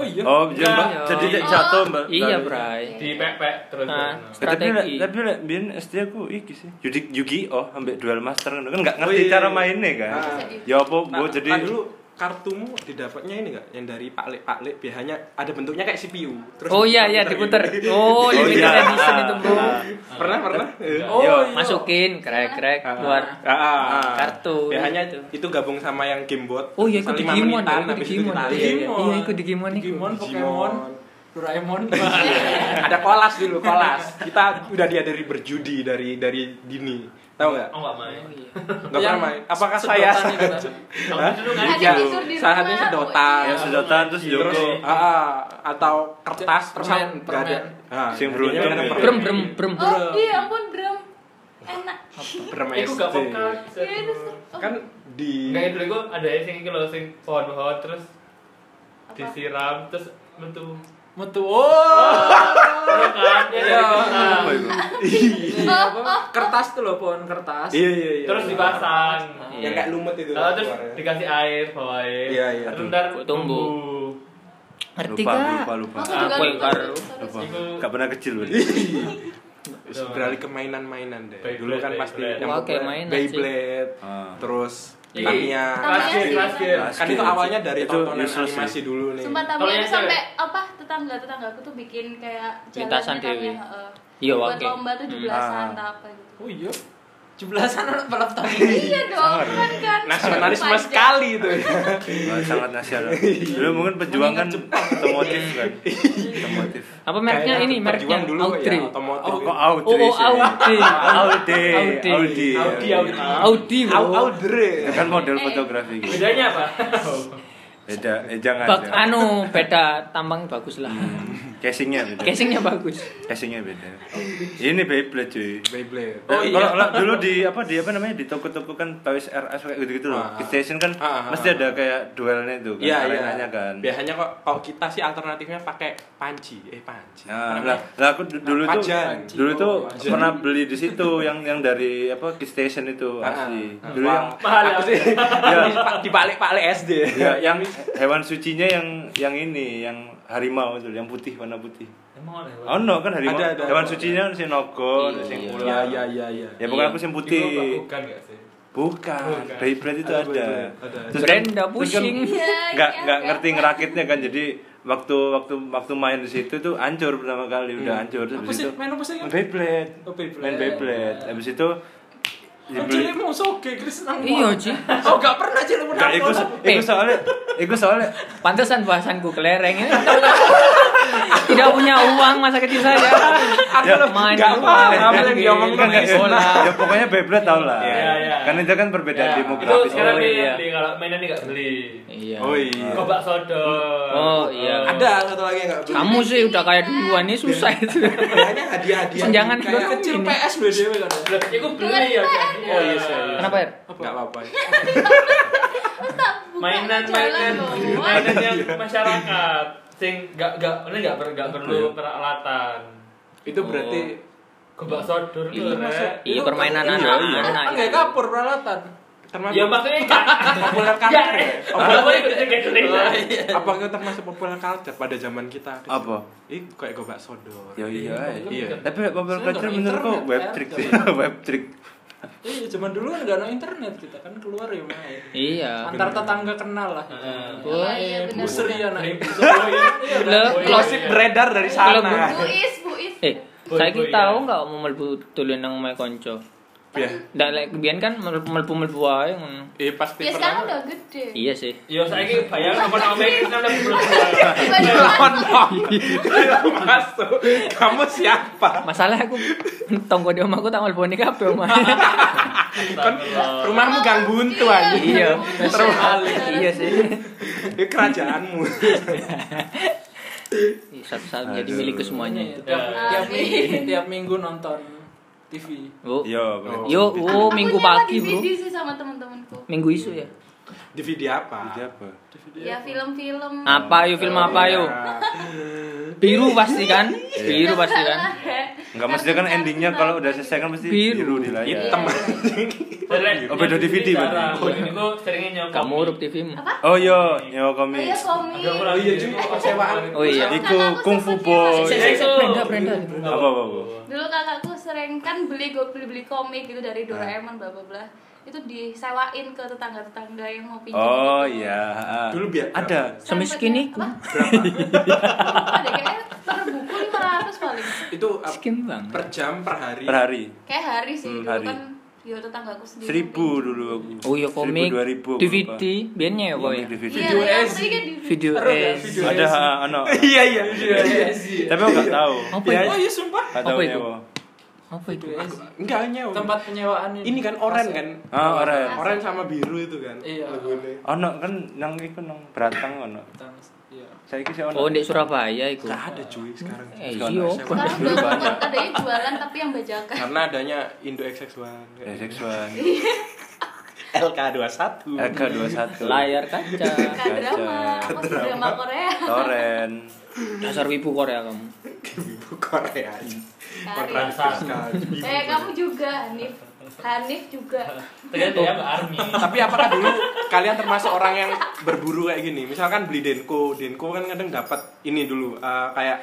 Speaker 3: Oh iya.
Speaker 1: Oh, jadi Mbak,
Speaker 4: Iya.
Speaker 1: jadi
Speaker 5: Oh,
Speaker 1: dek jatuh, Mbak.
Speaker 4: Iya, Bray.
Speaker 6: di pepek terus
Speaker 4: Nah,
Speaker 1: Eh, Tapi lah-
Speaker 4: strategi.
Speaker 1: tapi lah, biyen SD aku iki sih. Yudi Yugi oh ambek duel master ngono kan enggak ngerti
Speaker 2: Oh, iya.
Speaker 1: cara mainnya kan.
Speaker 2: Ah.
Speaker 1: Ya apa
Speaker 2: Nah,
Speaker 1: gua jadi
Speaker 2: kan dulu kartumu didapatnya ini enggak yang dari Pak Lek Pak Lek biasanya ada bentuknya kayak CPU. Terus gitu.
Speaker 4: Oh iya iya diputer. Oh, limited
Speaker 1: iya.
Speaker 4: edition itu, Bro.
Speaker 2: (laughs) Pernah pernah?
Speaker 3: Oh,
Speaker 1: Yo.
Speaker 3: iya.
Speaker 4: Masukin krek-krek
Speaker 2: Ah.
Speaker 4: keluar.
Speaker 2: Ah, ah, ah.
Speaker 4: Kartu.
Speaker 2: Biasanya
Speaker 4: Gitu.
Speaker 2: itu gabung sama yang game board.
Speaker 4: Oh iya ikut
Speaker 2: Selama
Speaker 4: Digimon,
Speaker 2: menitan,
Speaker 4: ikut
Speaker 2: habis itu
Speaker 4: Digimon. Iya,
Speaker 2: ditarik.
Speaker 4: iya,
Speaker 3: Digimon.
Speaker 4: Iya, ikut Iya. Digimon ikut.
Speaker 3: Digimon,
Speaker 2: Digimon.
Speaker 3: Pokemon. Doraemon.
Speaker 2: ada kolas dulu kolas kita udah dia dari berjudi dari dari dini tahu nggak
Speaker 6: Oh nggak main.
Speaker 3: Iya.
Speaker 2: nggak pernah main apakah saya
Speaker 3: sedotan itu, Pak.
Speaker 6: Kamu dulu kan?
Speaker 5: Nanti
Speaker 2: Iya.
Speaker 5: tidur di rumah. Oh, iya.
Speaker 2: salah satunya sedotan.
Speaker 1: Ya sedotan terus
Speaker 2: terus
Speaker 1: Joko.
Speaker 2: ah, ah, atau kertas
Speaker 3: Permen,
Speaker 2: nggak ada
Speaker 3: permen.
Speaker 2: Ah,
Speaker 1: Sing
Speaker 2: jadinya
Speaker 1: beruntung
Speaker 2: ada
Speaker 1: ya.
Speaker 2: permen.
Speaker 4: Brem brem brem.
Speaker 5: Oh, iya ampun, Brem. Enak.
Speaker 2: Brem
Speaker 6: Iku
Speaker 2: SD.
Speaker 6: gak pekat.
Speaker 5: Ya itu. oh,
Speaker 2: kan di
Speaker 6: Kayak dulu gue ada yang sing iki lho sing pohon-pohon terus disiram terus metu.
Speaker 3: Metu. Oh.
Speaker 6: Iya kan? Iya,
Speaker 3: Iya.
Speaker 6: dari pisang.
Speaker 1: Apa itu?
Speaker 5: Oh,
Speaker 3: kertas tuh loh, pohon kertas.
Speaker 2: iya iya iya
Speaker 6: Terus dipasang.
Speaker 2: yang kayak lumut itu
Speaker 6: Lalu terus
Speaker 2: keluarnya.
Speaker 6: dikasih air bawahnya.
Speaker 2: Iya, iya.
Speaker 6: Terus ntar
Speaker 4: Gua tunggu.
Speaker 6: tunggu.
Speaker 4: Ngerti
Speaker 1: Lupa,
Speaker 4: gak?
Speaker 1: lupa, lupa.
Speaker 5: Aku juga
Speaker 4: Aku
Speaker 5: lupa.
Speaker 4: yang
Speaker 5: sorry, sorry.
Speaker 1: Lupa.
Speaker 6: Iku-
Speaker 1: Gak pernah kecil loh.
Speaker 2: Terus beralih ke mainan-mainan deh.
Speaker 6: Beyblade,
Speaker 2: Dulu kan pasti
Speaker 6: Beyblade.
Speaker 4: Wah,
Speaker 2: yang
Speaker 4: kayak mainan sih.
Speaker 2: Beyblade,
Speaker 1: Ah.
Speaker 2: terus
Speaker 4: Iya.
Speaker 2: Tamiya.
Speaker 5: Tamiya
Speaker 6: Kelas
Speaker 5: sih,
Speaker 6: kelas
Speaker 5: Tamiya.
Speaker 1: Kelas
Speaker 2: Kan itu awalnya dari
Speaker 1: Itu
Speaker 2: tontonan
Speaker 1: useless
Speaker 2: animasi
Speaker 1: sih.
Speaker 2: dulu nih.
Speaker 5: Sumpah
Speaker 6: Kalau
Speaker 5: Tamiya
Speaker 6: yang
Speaker 5: tuh sampai apa tetangga tetangga aku tuh bikin kayak jalan
Speaker 4: Lintasan dewe. Iya,
Speaker 5: Buat
Speaker 4: oke.
Speaker 5: lomba tuh 17-an
Speaker 1: Ah.
Speaker 5: atau apa gitu.
Speaker 3: Oh iya. Jeblasan orang balap tadi.
Speaker 5: Iya dong, kan kan.
Speaker 2: Nasionalisme
Speaker 5: Panjang.
Speaker 2: sekali itu. ya.
Speaker 1: Wah, sangat nasional. Dulu mungkin pejuang kan otomotif kan. Otomotif.
Speaker 4: Apa (laughs) mereknya
Speaker 2: Kayak
Speaker 4: ini? Mereknya
Speaker 2: perjuang dulu
Speaker 4: Audrey.
Speaker 2: ya, otomotif.
Speaker 1: Oh, kok
Speaker 4: Oh,
Speaker 1: Audrey
Speaker 4: oh,
Speaker 1: sih?
Speaker 4: Audrey.
Speaker 1: Audrey.
Speaker 4: Audrey.
Speaker 1: Audrey.
Speaker 6: Audi, Audi.
Speaker 4: Audi,
Speaker 2: Au
Speaker 4: bro.
Speaker 2: Audrey.
Speaker 1: Itu iya. kan model
Speaker 5: Eh.
Speaker 1: fotografi. gitu.
Speaker 6: Bedanya apa?
Speaker 1: Beda, eh jangan.
Speaker 4: Bak,
Speaker 1: jangan.
Speaker 4: anu beda tambang bagus lah.
Speaker 1: Hmm, Casingnya beda.
Speaker 4: Casingnya bagus.
Speaker 1: (laughs) Casingnya beda. Ini Beyblade cuy.
Speaker 2: Beyblade.
Speaker 1: Oh, kalau, kalau dulu di apa di apa namanya di toko-toko kan Toys R Us kayak gitu-gitu loh.
Speaker 2: Ah.
Speaker 1: Di station kan
Speaker 2: Ah, ah, ah,
Speaker 1: mesti
Speaker 2: ah.
Speaker 1: ada kayak duelnya itu kan,
Speaker 2: Iya,
Speaker 1: arenanya
Speaker 2: iya.
Speaker 1: kan.
Speaker 2: Biasanya kok kalau kita sih alternatifnya pakai panci. Eh, panci.
Speaker 1: Nah,
Speaker 2: Apa
Speaker 1: lah,
Speaker 2: namanya? Oh,
Speaker 1: lah aku du- dulu tuh
Speaker 2: Wajan.
Speaker 1: dulu tuh
Speaker 2: Wajan.
Speaker 1: pernah beli di situ yang yang dari apa Key Station itu
Speaker 2: Ah, ah.
Speaker 1: asli.
Speaker 2: Ah,
Speaker 1: Dulu
Speaker 2: wow.
Speaker 1: yang
Speaker 6: Mahal ya?
Speaker 2: Aku (laughs) sih di balik-balik SD.
Speaker 1: ya, yang hewan sucinya yang yang ini yang harimau itu yang putih warna putih.
Speaker 6: Emang ada.
Speaker 1: Oh no kan harimau.
Speaker 2: Ada, ada.
Speaker 1: Hewan sucinya kan si nogo, ada sing
Speaker 2: Iya,
Speaker 1: ular.
Speaker 2: iya, iya, iya.
Speaker 1: Ya bukan
Speaker 4: Iya.
Speaker 1: aku yang
Speaker 6: Itu
Speaker 1: putih.
Speaker 6: bukan gak sih?
Speaker 1: Bukan.
Speaker 6: Bukan.
Speaker 1: Beyblade itu
Speaker 2: Ada
Speaker 1: ada.
Speaker 2: Beyblade, ada.
Speaker 1: Terus kan-
Speaker 4: Brenda
Speaker 1: terus kan
Speaker 4: pusing.
Speaker 5: Iya,
Speaker 1: nggak
Speaker 5: iya,
Speaker 1: nggak
Speaker 5: nggak
Speaker 1: ngerti
Speaker 5: apa.
Speaker 1: ngerakitnya kan jadi waktu waktu waktu main di situ tuh hancur pertama kali udah hancur terus
Speaker 3: Apa
Speaker 1: habis
Speaker 3: sih
Speaker 1: itu
Speaker 3: main apa sih?
Speaker 1: main Beyblade
Speaker 3: Oh, Beyblade.
Speaker 1: main Beyblade habis itu dibeli
Speaker 3: Jadi mau soge, Chris senang
Speaker 4: Iya,
Speaker 3: banget.
Speaker 4: Ci.
Speaker 3: Oh, gak pernah Ci lu pernah
Speaker 1: Nggak, iku so- iku soalnya iku soalnya
Speaker 4: Pantesan bahasanku kelereng ini. Tidak punya uang masa kecil saya.
Speaker 1: Ya,
Speaker 4: main
Speaker 2: nggak
Speaker 4: bola,
Speaker 2: paham yang
Speaker 4: main
Speaker 2: diomong
Speaker 1: Nggak, nggak,
Speaker 4: bola.
Speaker 1: kan- ya pokoknya Beyblade tau lah
Speaker 6: Iya, iya.
Speaker 1: kan itu kan perbedaan
Speaker 6: Ya,
Speaker 1: demografis
Speaker 6: (laughs) Itu sekarang
Speaker 4: Oh,
Speaker 6: beli
Speaker 4: iya.
Speaker 6: beli, kalau mainan ini gak beli.
Speaker 4: Iya.
Speaker 2: Oh iya.
Speaker 6: Kobak sodo.
Speaker 4: Oh, iya.
Speaker 2: Ada satu lagi yang enggak
Speaker 4: Kamu sih udah kayak duluan nih susah itu.
Speaker 2: Kayaknya hadiah-hadiah.
Speaker 4: Senjangan
Speaker 2: kayak
Speaker 4: dulu.
Speaker 3: Kecil
Speaker 4: Ini.
Speaker 3: PS lu dewe kan.
Speaker 6: Lah, Iku beli ya. Kak.
Speaker 5: Oh, iya,
Speaker 4: Kenapa ya?
Speaker 2: Enggak apa-apa.
Speaker 5: Terus tak buka
Speaker 6: mainan
Speaker 5: jalan
Speaker 6: mainan
Speaker 5: dong.
Speaker 6: mainan yang masyarakat sing gak gak ini gak, per,
Speaker 4: Iya.
Speaker 6: gak perlu peralatan
Speaker 1: Oh.
Speaker 2: Itu berarti
Speaker 6: kobak sodor
Speaker 4: Iya,
Speaker 6: lho, Rek.
Speaker 4: Iya permainan
Speaker 2: Iya, iya.
Speaker 4: anak-anak. gitu.
Speaker 3: Kan gak
Speaker 4: itu.
Speaker 3: kapur peralatan.
Speaker 2: termasuk
Speaker 1: Iya,
Speaker 6: ya maksudnya gak
Speaker 2: populer
Speaker 6: ya
Speaker 2: culture.
Speaker 6: eh.
Speaker 2: ya?
Speaker 6: Gak boleh ikut ikut
Speaker 1: Oh, iya.
Speaker 6: Indonesia.
Speaker 2: Apa itu termasuk populer culture pada zaman kita?
Speaker 1: apa
Speaker 2: Ih, kayak gobak sodor.
Speaker 1: ya iya
Speaker 2: Iya.
Speaker 1: tapi Mobile
Speaker 3: Saya
Speaker 1: Culture
Speaker 3: nggak
Speaker 1: menurutku
Speaker 3: internet,
Speaker 1: web
Speaker 3: ya.
Speaker 1: trick sih web trick
Speaker 3: Iya, zaman dulu kan gak ada internet kita kan keluar ya main.
Speaker 4: Iya.
Speaker 3: Antar tetangga kenal lah.
Speaker 6: Heeh.
Speaker 5: Oh, iya, benar.
Speaker 3: Busri ya
Speaker 6: nah,
Speaker 3: nak.
Speaker 6: Iya,
Speaker 4: Loh,
Speaker 2: Gosip beredar dari sana.
Speaker 4: Kalau
Speaker 5: Buis, Buis.
Speaker 4: Eh,
Speaker 6: Boy,
Speaker 4: saya
Speaker 6: boy,
Speaker 4: ki tahu
Speaker 6: ya.
Speaker 4: nggak mau melbu tulen nang mae konco.
Speaker 2: Ya.
Speaker 4: Ndak lek kebian kan melbu melbu ae ngono.
Speaker 2: Iya pasti
Speaker 5: Ya sekarang udah
Speaker 2: pernah.
Speaker 5: gede.
Speaker 4: Iya sih.
Speaker 6: Yo saiki bayang apa namanya kan lebih belum.
Speaker 2: Iya, Lawan dong. Iya, Masuk. Kamu siapa?
Speaker 4: Masalah aku tonggo di omahku tak melbu nih kabeh omah.
Speaker 2: Kan
Speaker 6: Iya.
Speaker 2: rumahmu gang buntu aja.
Speaker 4: Iya.
Speaker 5: Terus
Speaker 4: Iya sih.
Speaker 2: Ini Iya, kerajaanmu.
Speaker 4: Ih, Satu saat Iya, jadi
Speaker 1: Aduh.
Speaker 4: milikku semuanya itu.
Speaker 6: Iya.
Speaker 1: Iya.
Speaker 3: Tiap, tiap minggu, tiap minggu nonton TV.
Speaker 4: Bu.
Speaker 1: yo
Speaker 2: Oh.
Speaker 4: Yo, oh, minggu pagi, Bro.
Speaker 5: DVD sih sama temen-temenku.
Speaker 4: Minggu isu ya.
Speaker 2: DVD apa?
Speaker 1: Jadi apa
Speaker 5: Ya film-film.
Speaker 4: Apa yuk
Speaker 2: Oh,
Speaker 4: film apa
Speaker 1: Iya.
Speaker 4: yuk?
Speaker 2: iya.
Speaker 4: Biru pasti kan? Biru pasti kan?
Speaker 5: Iya.
Speaker 1: Enggak maksudnya kan endingnya kalau udah selesai kan pasti biru,
Speaker 4: Biru.
Speaker 1: di layar.
Speaker 2: Hitam.
Speaker 1: Oh, beda
Speaker 6: Iya.
Speaker 1: DVD berarti.
Speaker 6: Iku Iya. seringnya nyokap. Iya.
Speaker 4: Kamu urup TV-mu.
Speaker 1: Oh yo, yo
Speaker 5: Oh iya,
Speaker 1: komik.
Speaker 5: komik.
Speaker 2: Oh iya juga sewaan.
Speaker 4: Oh iya.
Speaker 1: Iku Kung Fu Boy.
Speaker 4: Sik,
Speaker 5: Iya,
Speaker 4: sik, Brenda, Brenda.
Speaker 1: Apa apa? apa?
Speaker 5: Dulu kakakku sering kan beli go- beli beli komik gitu dari
Speaker 1: Nah.
Speaker 5: Doraemon bla bla bla. Itu disewain ke tetangga-tetangga yang mau pinjam.
Speaker 1: Oh
Speaker 5: gitu.
Speaker 1: iya.
Speaker 2: Dulu biar-
Speaker 1: ada.
Speaker 5: Sampai
Speaker 4: Semiskin
Speaker 5: dia-
Speaker 4: iku.
Speaker 5: apa? Ada kayaknya per buku 500 paling.
Speaker 2: Itu uh,
Speaker 4: Skin bang.
Speaker 2: per jam per hari.
Speaker 1: Per hari.
Speaker 5: Kayak hari sih
Speaker 1: Hmm,
Speaker 5: dulu
Speaker 1: hari.
Speaker 5: kan. ya tetanggaku sendiri
Speaker 1: seribu dulu aku
Speaker 4: Oh iya komik,
Speaker 1: seribu dua ribu
Speaker 4: DVD, biasanya ya kok ya.
Speaker 1: DVD
Speaker 5: iya yang tadi kan di
Speaker 4: Video es.
Speaker 1: ada ha, ano
Speaker 2: Iya iya.
Speaker 1: tapi aku nggak tahu
Speaker 4: Apa
Speaker 2: Oh
Speaker 4: itu?
Speaker 2: iya sumpah.
Speaker 1: nggak tahu
Speaker 4: Apa itu?
Speaker 1: nyewa
Speaker 4: Apa itu?
Speaker 2: Enggak nyewa.
Speaker 6: Tempat penyewaan
Speaker 2: ini kan oren kan.
Speaker 1: ah orang
Speaker 2: Oren sama biru itu kan.
Speaker 6: Iya.
Speaker 2: Lagune.
Speaker 1: ono kan nang iku nang beratang ono saiki sih ono
Speaker 4: Oh, di Surabaya itu.
Speaker 2: Nggak ada cuy sekarang.
Speaker 4: Eh, iya.
Speaker 5: sekarang udah sempat adanya jualan tapi yang kan. bajakan
Speaker 2: Karena adanya Indo XX1.
Speaker 1: Ya, seksual
Speaker 2: LK21.
Speaker 1: LK 21
Speaker 4: Layar kaca.
Speaker 5: Kayak drama apa sih drama Korea
Speaker 1: Toren
Speaker 4: Dasar wibu Korea kamu.
Speaker 2: Ibu Korea.
Speaker 5: Korea eh kamu juga Hanif Hanif juga
Speaker 6: Ternyata dia ke army.
Speaker 2: Tapi apakah dulu kalian termasuk orang yang berburu kayak gini? Misalkan beli Denko, Denko kan kadang dapat ini dulu eh, kayak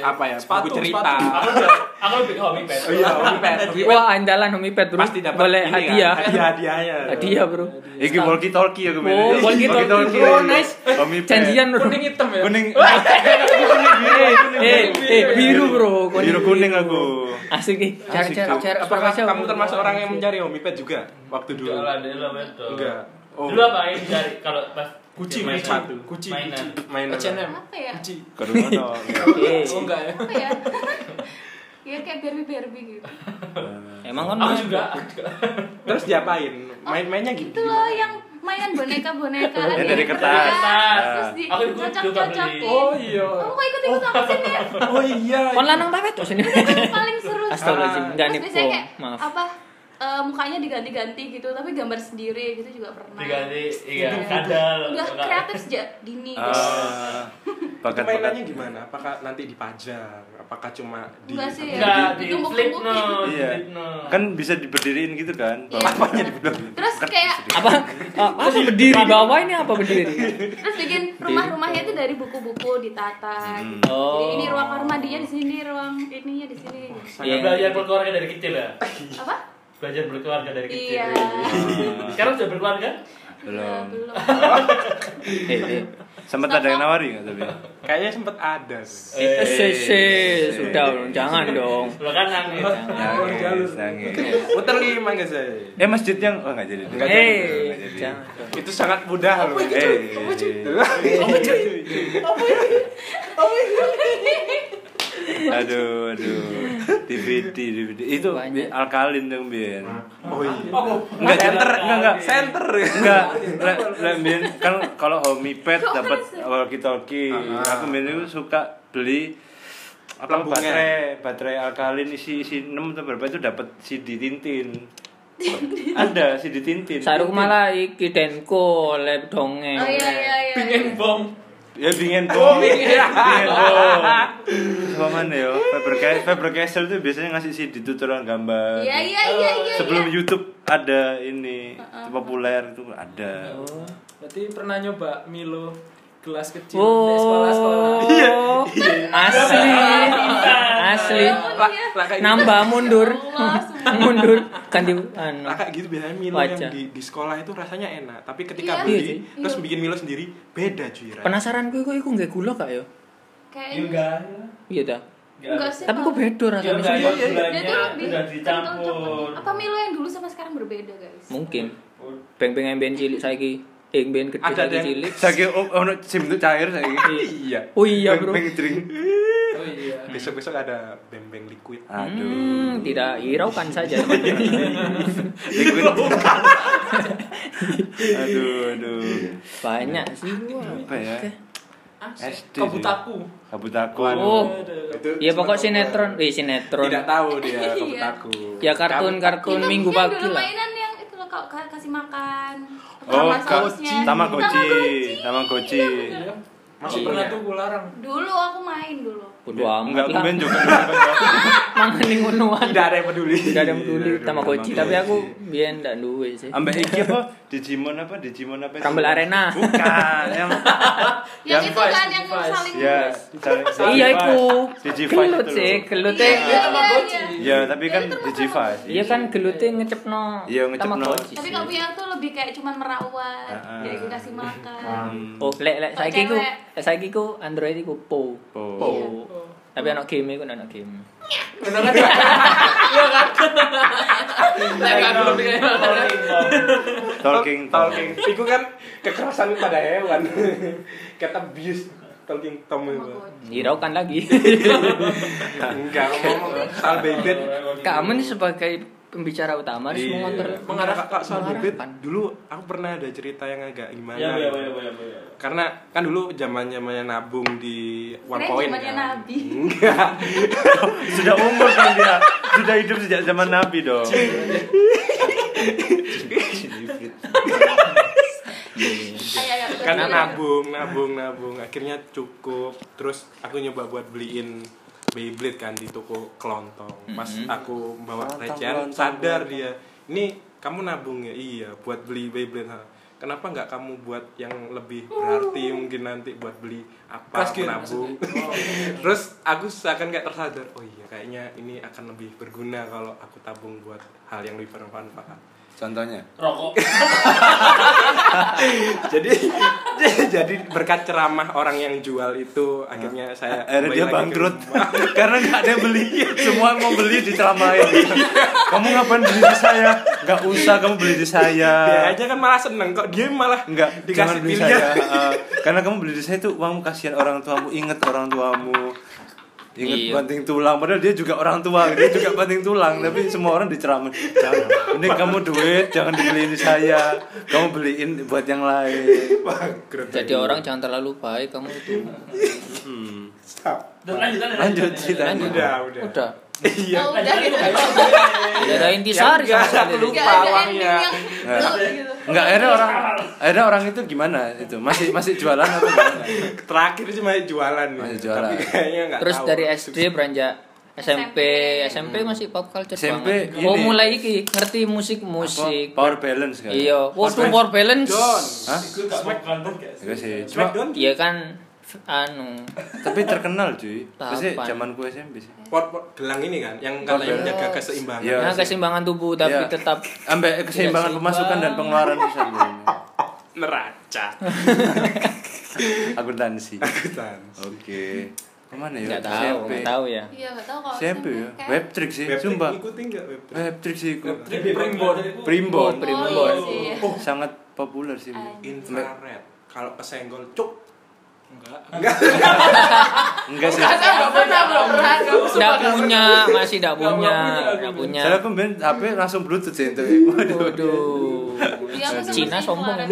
Speaker 2: apa ya? Buku cerita.
Speaker 6: Aku lebih- Aku lebih ke hobi pet.
Speaker 2: Oh iya, Omnipet.
Speaker 4: Wah, andalan Homipet, Bro.
Speaker 2: Pasti dapat
Speaker 4: Boleh
Speaker 2: ini kan,
Speaker 4: hadiah.
Speaker 2: Hadiah-hadiahnya.
Speaker 4: Hadiah, Bro.
Speaker 1: Iki walkie talkie ya kemarin.
Speaker 4: Oh, walkie-talkie. Oh, nice. Janjian, Bro.
Speaker 6: Kuning hitam ya.
Speaker 1: kuning.
Speaker 4: Eh, eh, eh, biru, Bro.
Speaker 1: Biru kuning aku.
Speaker 4: Asik nih. Cari
Speaker 1: Asik,
Speaker 4: cari
Speaker 1: Bro.
Speaker 4: cari Eh,
Speaker 2: Apakah
Speaker 4: Surabaya.
Speaker 2: kamu termasuk orang yang mencari Omnipet juga waktu dulu?
Speaker 6: Enggak lah, dia lah betul.
Speaker 2: Enggak. Oh.
Speaker 6: Dulu apa yang dicari kalau pas
Speaker 2: Gucci,
Speaker 6: mainan?
Speaker 2: sepatu. Gucci,
Speaker 6: mainan.
Speaker 2: Gucci. mainan.
Speaker 5: apa ya
Speaker 1: Kudu
Speaker 4: (laughs)
Speaker 1: ngono.
Speaker 4: Eh,
Speaker 6: enggak ya.
Speaker 5: apa ya ya kayak Barbie Barbie gitu
Speaker 4: Emang kan
Speaker 6: Aku
Speaker 4: Mas?
Speaker 6: juga.
Speaker 2: Terus diapain? Main-mainnya gitu.
Speaker 5: itu Oh, loh yang mainan boneka boneka
Speaker 1: Yang dari kertas.
Speaker 5: terus di
Speaker 6: Aku juga
Speaker 5: cocok cocokin
Speaker 6: Oh,
Speaker 2: iya.
Speaker 5: kamu kok ikut ikut apa sih Nif?
Speaker 2: Oh iya.
Speaker 4: Kon lanang tapi tuh sini.
Speaker 5: itu paling seru sih.
Speaker 4: Astagfirullahaladzim, enggak
Speaker 5: Terus
Speaker 4: nih,
Speaker 5: biasanya
Speaker 4: Bo.
Speaker 5: kayak
Speaker 4: Maaf.
Speaker 5: apa eh, mukanya diganti-ganti gitu tapi gambar sendiri gitu juga pernah
Speaker 6: Diganti
Speaker 5: Iya.
Speaker 6: iya kadal.
Speaker 5: udah kreatif sejak dini
Speaker 1: Ah,
Speaker 2: Itu mainannya
Speaker 1: Bakat-bakat.
Speaker 2: gimana? Apakah nanti dipajang? Apakah cuma di
Speaker 5: Enggak sih. ya, gitu.
Speaker 6: Enggak di
Speaker 5: Ditumpuk-tumpukin.
Speaker 6: flip no, di
Speaker 1: Iya.
Speaker 6: flip no.
Speaker 1: Kan bisa diberdiriin gitu kan.
Speaker 5: Iya.
Speaker 1: Bapaknya dibilang.
Speaker 5: terus kayak
Speaker 4: Apa? Ah, Apa berdiri bawah ini apa berdiri? Eh,
Speaker 5: terus bikin rumah-rumahnya itu dari buku-buku ditata gitu.
Speaker 4: Oh.
Speaker 5: jadi ini ruang kamar mandinya di sini ruang ininya di sini
Speaker 4: Iya.
Speaker 6: belajar berkeluarga dari kecil ya.
Speaker 5: apa
Speaker 6: Belajar berkeluarga dari kecil.
Speaker 5: iya
Speaker 6: Sekarang sudah berkeluarga?
Speaker 5: Belum.
Speaker 1: Belum.
Speaker 5: belum
Speaker 4: Eh, eh.
Speaker 1: Sempat ada yang nawari enggak tapi?
Speaker 2: Kayaknya sempet ada. sih.
Speaker 4: Eh, se- se-
Speaker 1: eh.
Speaker 4: sudah dong, jangan dong.
Speaker 6: Lo kan nangis.
Speaker 1: Nangis, nangis.
Speaker 2: Muter lima nggak sih?
Speaker 1: Eh masjid yang oh enggak jadi.
Speaker 2: Nggak
Speaker 1: Enggak
Speaker 2: jadi.
Speaker 4: Eh,
Speaker 1: jadi.
Speaker 4: jangan. dong.
Speaker 2: Itu sangat mudah loh.
Speaker 1: Eh,
Speaker 5: Oh, iya.
Speaker 1: (laughs) aduh, aduh. DVD, DVD. Itu
Speaker 4: Banyak.
Speaker 1: alkalin dong, Bien.
Speaker 2: Oh iya.
Speaker 1: Enggak center, enggak enggak.
Speaker 2: Center.
Speaker 1: Enggak, lah lah, Min, kan kalau homipet
Speaker 5: Kok
Speaker 1: dapat
Speaker 5: masih?
Speaker 1: walkie talkie.
Speaker 2: Ah.
Speaker 1: Aku Min itu suka beli apa
Speaker 2: Lambungnya.
Speaker 1: baterai baterai alkalin isi isi 6 atau berapa itu dapat CD
Speaker 5: (laughs)
Speaker 1: Tintin. Ada CD Tintin.
Speaker 4: Sarung
Speaker 1: Tintin.
Speaker 4: malah iki denko lep dongeng.
Speaker 5: oh iya iya iya
Speaker 6: Pengen bom.
Speaker 1: Ya bingen
Speaker 4: Oh,
Speaker 1: bom.
Speaker 4: iya.
Speaker 1: Bingen bom. Sama mana yo? Faber Cas- Faber Castell tuh biasanya ngasih CD tutorial gambar.
Speaker 5: iya iya iya iya
Speaker 1: Sebelum YouTube ada ini
Speaker 4: Uh-uh.
Speaker 1: populer itu ada.
Speaker 4: Oh.
Speaker 3: Berarti pernah nyoba Milo gelas kecil di sekolah-sekolah.
Speaker 4: Oh,
Speaker 2: Iya.
Speaker 4: asli, asli.
Speaker 5: Iya,
Speaker 4: Nambah
Speaker 2: (laughs)
Speaker 4: mundur,
Speaker 5: Ya
Speaker 4: mundur ganti anu.
Speaker 2: Nah, kayak gitu biasanya Milo
Speaker 4: Wajah.
Speaker 2: yang di, di sekolah itu rasanya enak, tapi ketika
Speaker 5: Iya.
Speaker 2: beli
Speaker 4: Iya sih.
Speaker 2: terus
Speaker 5: Iya.
Speaker 2: bikin Milo sendiri beda cuy. rasanya.
Speaker 4: Penasaran gue kok iku nggak gula kak yo?
Speaker 5: kayaknya
Speaker 6: Juga.
Speaker 4: Iya dah.
Speaker 5: enggak sih
Speaker 4: Tapi
Speaker 5: Pak.
Speaker 4: kok beda
Speaker 6: Ya
Speaker 4: rasanya.
Speaker 6: enggak
Speaker 4: sih?
Speaker 6: ya,
Speaker 2: Iya, iya,
Speaker 5: dia
Speaker 6: gulanya
Speaker 5: tuh lebih
Speaker 6: udah
Speaker 5: kental,
Speaker 6: dicampur.
Speaker 5: cocok. apa Milo yang dulu sama sekarang berbeda guys
Speaker 4: Mungkin. Beng beng ben cilik saiki, ing ben gede
Speaker 2: Ada
Speaker 4: saiki
Speaker 2: yang-
Speaker 4: cilik.
Speaker 1: Saiki oh, ono sim itu cair saiki.
Speaker 2: Iya.
Speaker 4: Oh iya bro.
Speaker 1: Peng- peng drink.
Speaker 3: Oh iya.
Speaker 2: Besok-besok ada bembeng liquid.
Speaker 1: Aduh.
Speaker 4: Hmm, tidak hiraukan saja.
Speaker 2: (laughs)
Speaker 1: Liquid.
Speaker 4: (laughs)
Speaker 1: aduh, aduh.
Speaker 4: Banyak sih.
Speaker 1: Apa ya? SD. sih.
Speaker 6: Ah, Kabutaku.
Speaker 1: Kabutaku.
Speaker 4: Oh.
Speaker 2: Itu
Speaker 4: Ya
Speaker 2: cuma
Speaker 4: pokok
Speaker 2: tahu
Speaker 4: sinetron,
Speaker 2: gua.
Speaker 4: eh sinetron.
Speaker 2: Tidak tahu dia
Speaker 5: Iya.
Speaker 2: kamu aku.
Speaker 4: Ya kartun-kartun
Speaker 5: Itu
Speaker 4: minggu
Speaker 5: yang
Speaker 4: pagi
Speaker 5: dulu
Speaker 4: lah.
Speaker 5: mainan yang itu loh kalau ka- kasih makan
Speaker 1: Oh,
Speaker 5: Sama
Speaker 1: ka-
Speaker 5: sausnya.
Speaker 1: Tamagotchi.
Speaker 5: Tamagotchi.
Speaker 1: Tamagotchi.
Speaker 2: Masih
Speaker 6: Pernah
Speaker 2: punya.
Speaker 6: tuh gue larang.
Speaker 5: dulu aku main dulu
Speaker 4: Bodoh amat
Speaker 1: Enggak, Iya, aku
Speaker 4: lah.
Speaker 1: main juga. juga.
Speaker 4: Mangan ning ngono wae.
Speaker 2: Tidak ada yang peduli.
Speaker 4: Tidak ada yang peduli
Speaker 1: Tidak ada
Speaker 4: sama
Speaker 1: yang
Speaker 4: Koci, tapi
Speaker 1: peduli.
Speaker 4: aku biyen ndak duwe sih.
Speaker 1: iya, Ambek iki apa? Digimon apa? Digimon apa? itu?
Speaker 4: Rumble Arena.
Speaker 1: Bukan, ya. yang
Speaker 5: yang,
Speaker 1: Yang
Speaker 5: itu kan yang saling
Speaker 2: Iya.
Speaker 1: ya cari- cari
Speaker 4: Iya
Speaker 1: device.
Speaker 4: iku.
Speaker 1: Digivice
Speaker 4: Gelut
Speaker 1: itu
Speaker 4: sih,
Speaker 1: loh.
Speaker 4: gelute.
Speaker 5: Iya, iya,
Speaker 6: Tamagotchi.
Speaker 1: Ya,
Speaker 5: iya.
Speaker 1: tapi kan Digivice.
Speaker 4: Iya kan gelute ngecepno.
Speaker 1: Iya, ngecepno.
Speaker 4: Tamagotchi
Speaker 5: tapi
Speaker 4: sih.
Speaker 5: kalau punya tuh lebih kayak cuman
Speaker 1: Ah,
Speaker 5: merawat
Speaker 1: ah.
Speaker 5: jadi dikasih makan
Speaker 2: Ah.
Speaker 4: Oh, lek lek saiki ku,
Speaker 5: Cewek.
Speaker 4: lek saiki ku Android iku Po.
Speaker 1: Po.
Speaker 4: Po. Tapi Tapi anak game iku anak game.
Speaker 6: Bener kan? Iya kan? Lek kan
Speaker 4: Iya.
Speaker 6: belum
Speaker 4: Oh,
Speaker 6: dikasih.
Speaker 1: Talking Tom.
Speaker 2: talking. Iku kan kekerasan pada hewan. (laughs) Kata abuse talking tom itu.
Speaker 4: Hiraukan Iya, lagi.
Speaker 2: Enggak ngomong soal bebet.
Speaker 4: Kamu nih sebagai pembicara utama harus
Speaker 2: Iya.
Speaker 4: mengontrol
Speaker 2: Mengarah kak soal bebet.
Speaker 4: mengarahkan.
Speaker 2: Dulu aku pernah ada cerita yang agak gimana.
Speaker 6: Ya, ya,
Speaker 2: gitu.
Speaker 6: ya, ya, ya.
Speaker 2: Karena kan dulu zaman zamannya nabung di one
Speaker 5: Kirain
Speaker 2: point.
Speaker 5: zamannya
Speaker 2: kan.
Speaker 5: Nabi. (laughs)
Speaker 2: Enggak.
Speaker 1: Sudah umur kan dia. Sudah hidup sejak zaman Nabi dong.
Speaker 5: Ayo, ayo,
Speaker 2: Karena
Speaker 5: betul.
Speaker 2: nabung, nabung, nabung. Akhirnya cukup. Terus aku nyoba buat beliin Beyblade kan di toko kelontong. Pas aku bawa
Speaker 1: Kelontong,
Speaker 2: recehan
Speaker 1: kelontong,
Speaker 2: sadar
Speaker 1: kelontong.
Speaker 2: dia. Ini kamu nabung ya? Iya, buat beli Beyblade. Ha. Kenapa nggak kamu buat yang lebih berarti mungkin nanti buat beli apa
Speaker 3: Kas gitu
Speaker 2: nabung?
Speaker 1: Oh, iya,
Speaker 2: Terus aku seakan kayak tersadar, oh iya kayaknya ini akan lebih berguna kalau aku tabung buat hal yang lebih bermanfaat.
Speaker 1: Contohnya.
Speaker 6: Rokok.
Speaker 2: jadi (laughs) jadi berkat ceramah orang yang jual itu akhirnya saya
Speaker 1: Ah. Eh, Akhirnya
Speaker 2: kembali
Speaker 1: dia
Speaker 2: lagi ke
Speaker 1: bangkrut
Speaker 2: rumah.
Speaker 1: (laughs) karena nggak ada yang beli. Semua mau beli diceramain.
Speaker 2: (laughs)
Speaker 1: kamu ngapain beli di saya? Nggak usah kamu beli di saya.
Speaker 2: dia aja kan malah seneng kok dia malah
Speaker 1: Enggak, jangan
Speaker 2: dikasih
Speaker 1: beli
Speaker 2: pilihan
Speaker 1: saya. eh, karena kamu beli di saya tuh uangmu kasihan orang tuamu, inget orang tuamu. Ingat
Speaker 4: Iya.
Speaker 1: banting tulang, padahal dia juga orang tua, dia juga banting tulang, tapi semua orang diceramain. Jangan, mending kamu duit, jangan dibeliin di saya, kamu beliin buat yang lain.
Speaker 2: bangkrut
Speaker 4: Jadi orang jangan terlalu baik kamu itu.
Speaker 2: Stop.
Speaker 6: Dan lanjut lanjut.
Speaker 1: Lanjut cerita.
Speaker 2: udah udah
Speaker 4: Udah.
Speaker 2: iya
Speaker 5: Oh, udah gitu.
Speaker 4: Ada intisari sama
Speaker 2: Ya, enggak,
Speaker 4: sekali.
Speaker 2: aku lupa. Iya.
Speaker 5: Gak ada ending (laughs)
Speaker 2: Pawangnya.
Speaker 5: yang lu gitu.
Speaker 1: Enggak, akhirnya orang, akhirnya orang itu gimana itu? Masih masih jualan apa gimana?
Speaker 2: terakhir cuma jualan nih.
Speaker 1: Masih jualan.
Speaker 2: tapi kayaknya nggak
Speaker 4: Terus
Speaker 2: tahu.
Speaker 4: dari SD beranjak SMP, SMP masih pop culture
Speaker 1: SMP
Speaker 4: banget. Oh
Speaker 1: ini.
Speaker 4: mulai iki ngerti musik-musik.
Speaker 1: Apa? Power balance kan?
Speaker 4: Iya, waktu power balance.
Speaker 2: John
Speaker 1: Hah?
Speaker 6: Gue gak mau kantor guys.
Speaker 1: Iya sih. Cuma,
Speaker 2: Smackdown
Speaker 4: Iya kan anu.
Speaker 1: tapi terkenal cuy. Pasti
Speaker 4: Tahapan.
Speaker 1: zamanku SMP sih.
Speaker 2: Port, port gelang ini kan yang katanya
Speaker 1: Port-
Speaker 2: menjaga keseimbangan
Speaker 1: Iya.
Speaker 4: Nah, keseimbangan tubuh tapi
Speaker 1: Iya.
Speaker 4: tetap
Speaker 1: Ambek keseimbangan
Speaker 4: seimbang.
Speaker 1: pemasukan dan pengeluaran bisa gini. (laughs)
Speaker 2: neraca
Speaker 1: Akuntansi.
Speaker 2: Ketan.
Speaker 1: Oke. Kemana ya?
Speaker 4: nggak tahu,
Speaker 1: SMP.
Speaker 4: nggak tahu ya.
Speaker 5: Iya, gak tau kalau
Speaker 1: SMP ya.
Speaker 5: kayak-
Speaker 1: Web trick sih,
Speaker 2: Web
Speaker 1: sumpah.
Speaker 2: ikutin nggak web
Speaker 1: Web trick sih iku.
Speaker 6: Primbon.
Speaker 1: Primbon.
Speaker 5: Oh, iya
Speaker 4: Primbon.
Speaker 5: sih, iya.
Speaker 1: Sangat populer sih. Bu.
Speaker 2: infrared kalau kesenggol cuk
Speaker 1: Enggak sih.
Speaker 6: Saya gak pernah gak pernah. Gak
Speaker 4: Nggak punya, masih nggak punya,
Speaker 6: Nggak punya, nggak
Speaker 4: nggak punya.
Speaker 1: Saya aku main HP langsung bluetooth sih itu. Waduh.
Speaker 4: Waduh.
Speaker 5: Iya, aku sama
Speaker 4: Cina
Speaker 5: sih
Speaker 4: sombong.
Speaker 5: keluaran.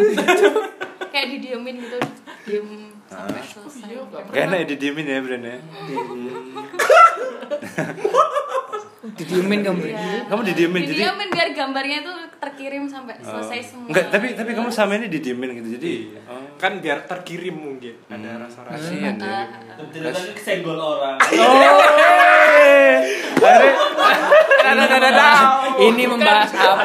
Speaker 5: Kayak didiemin gitu, diem
Speaker 1: Ah.
Speaker 5: sampai selesai.
Speaker 1: Gak enak ya didiemin ya brand ya.
Speaker 4: Didiemin kamu.
Speaker 5: Iya.
Speaker 1: Kamu didiemin, jadi-
Speaker 5: Didiemin biar gambarnya itu terkirim sampai selesai semua.
Speaker 1: Enggak, tapi tapi kamu sama ini didiemin gitu. Jadi
Speaker 2: Iya. kan biar terkirim mungkin ada
Speaker 1: Hmm.
Speaker 2: rasa-rasa
Speaker 1: kasihan ya.
Speaker 6: Ternyata kesenggol orang.
Speaker 1: Akhirnya
Speaker 4: Ini membahas apa?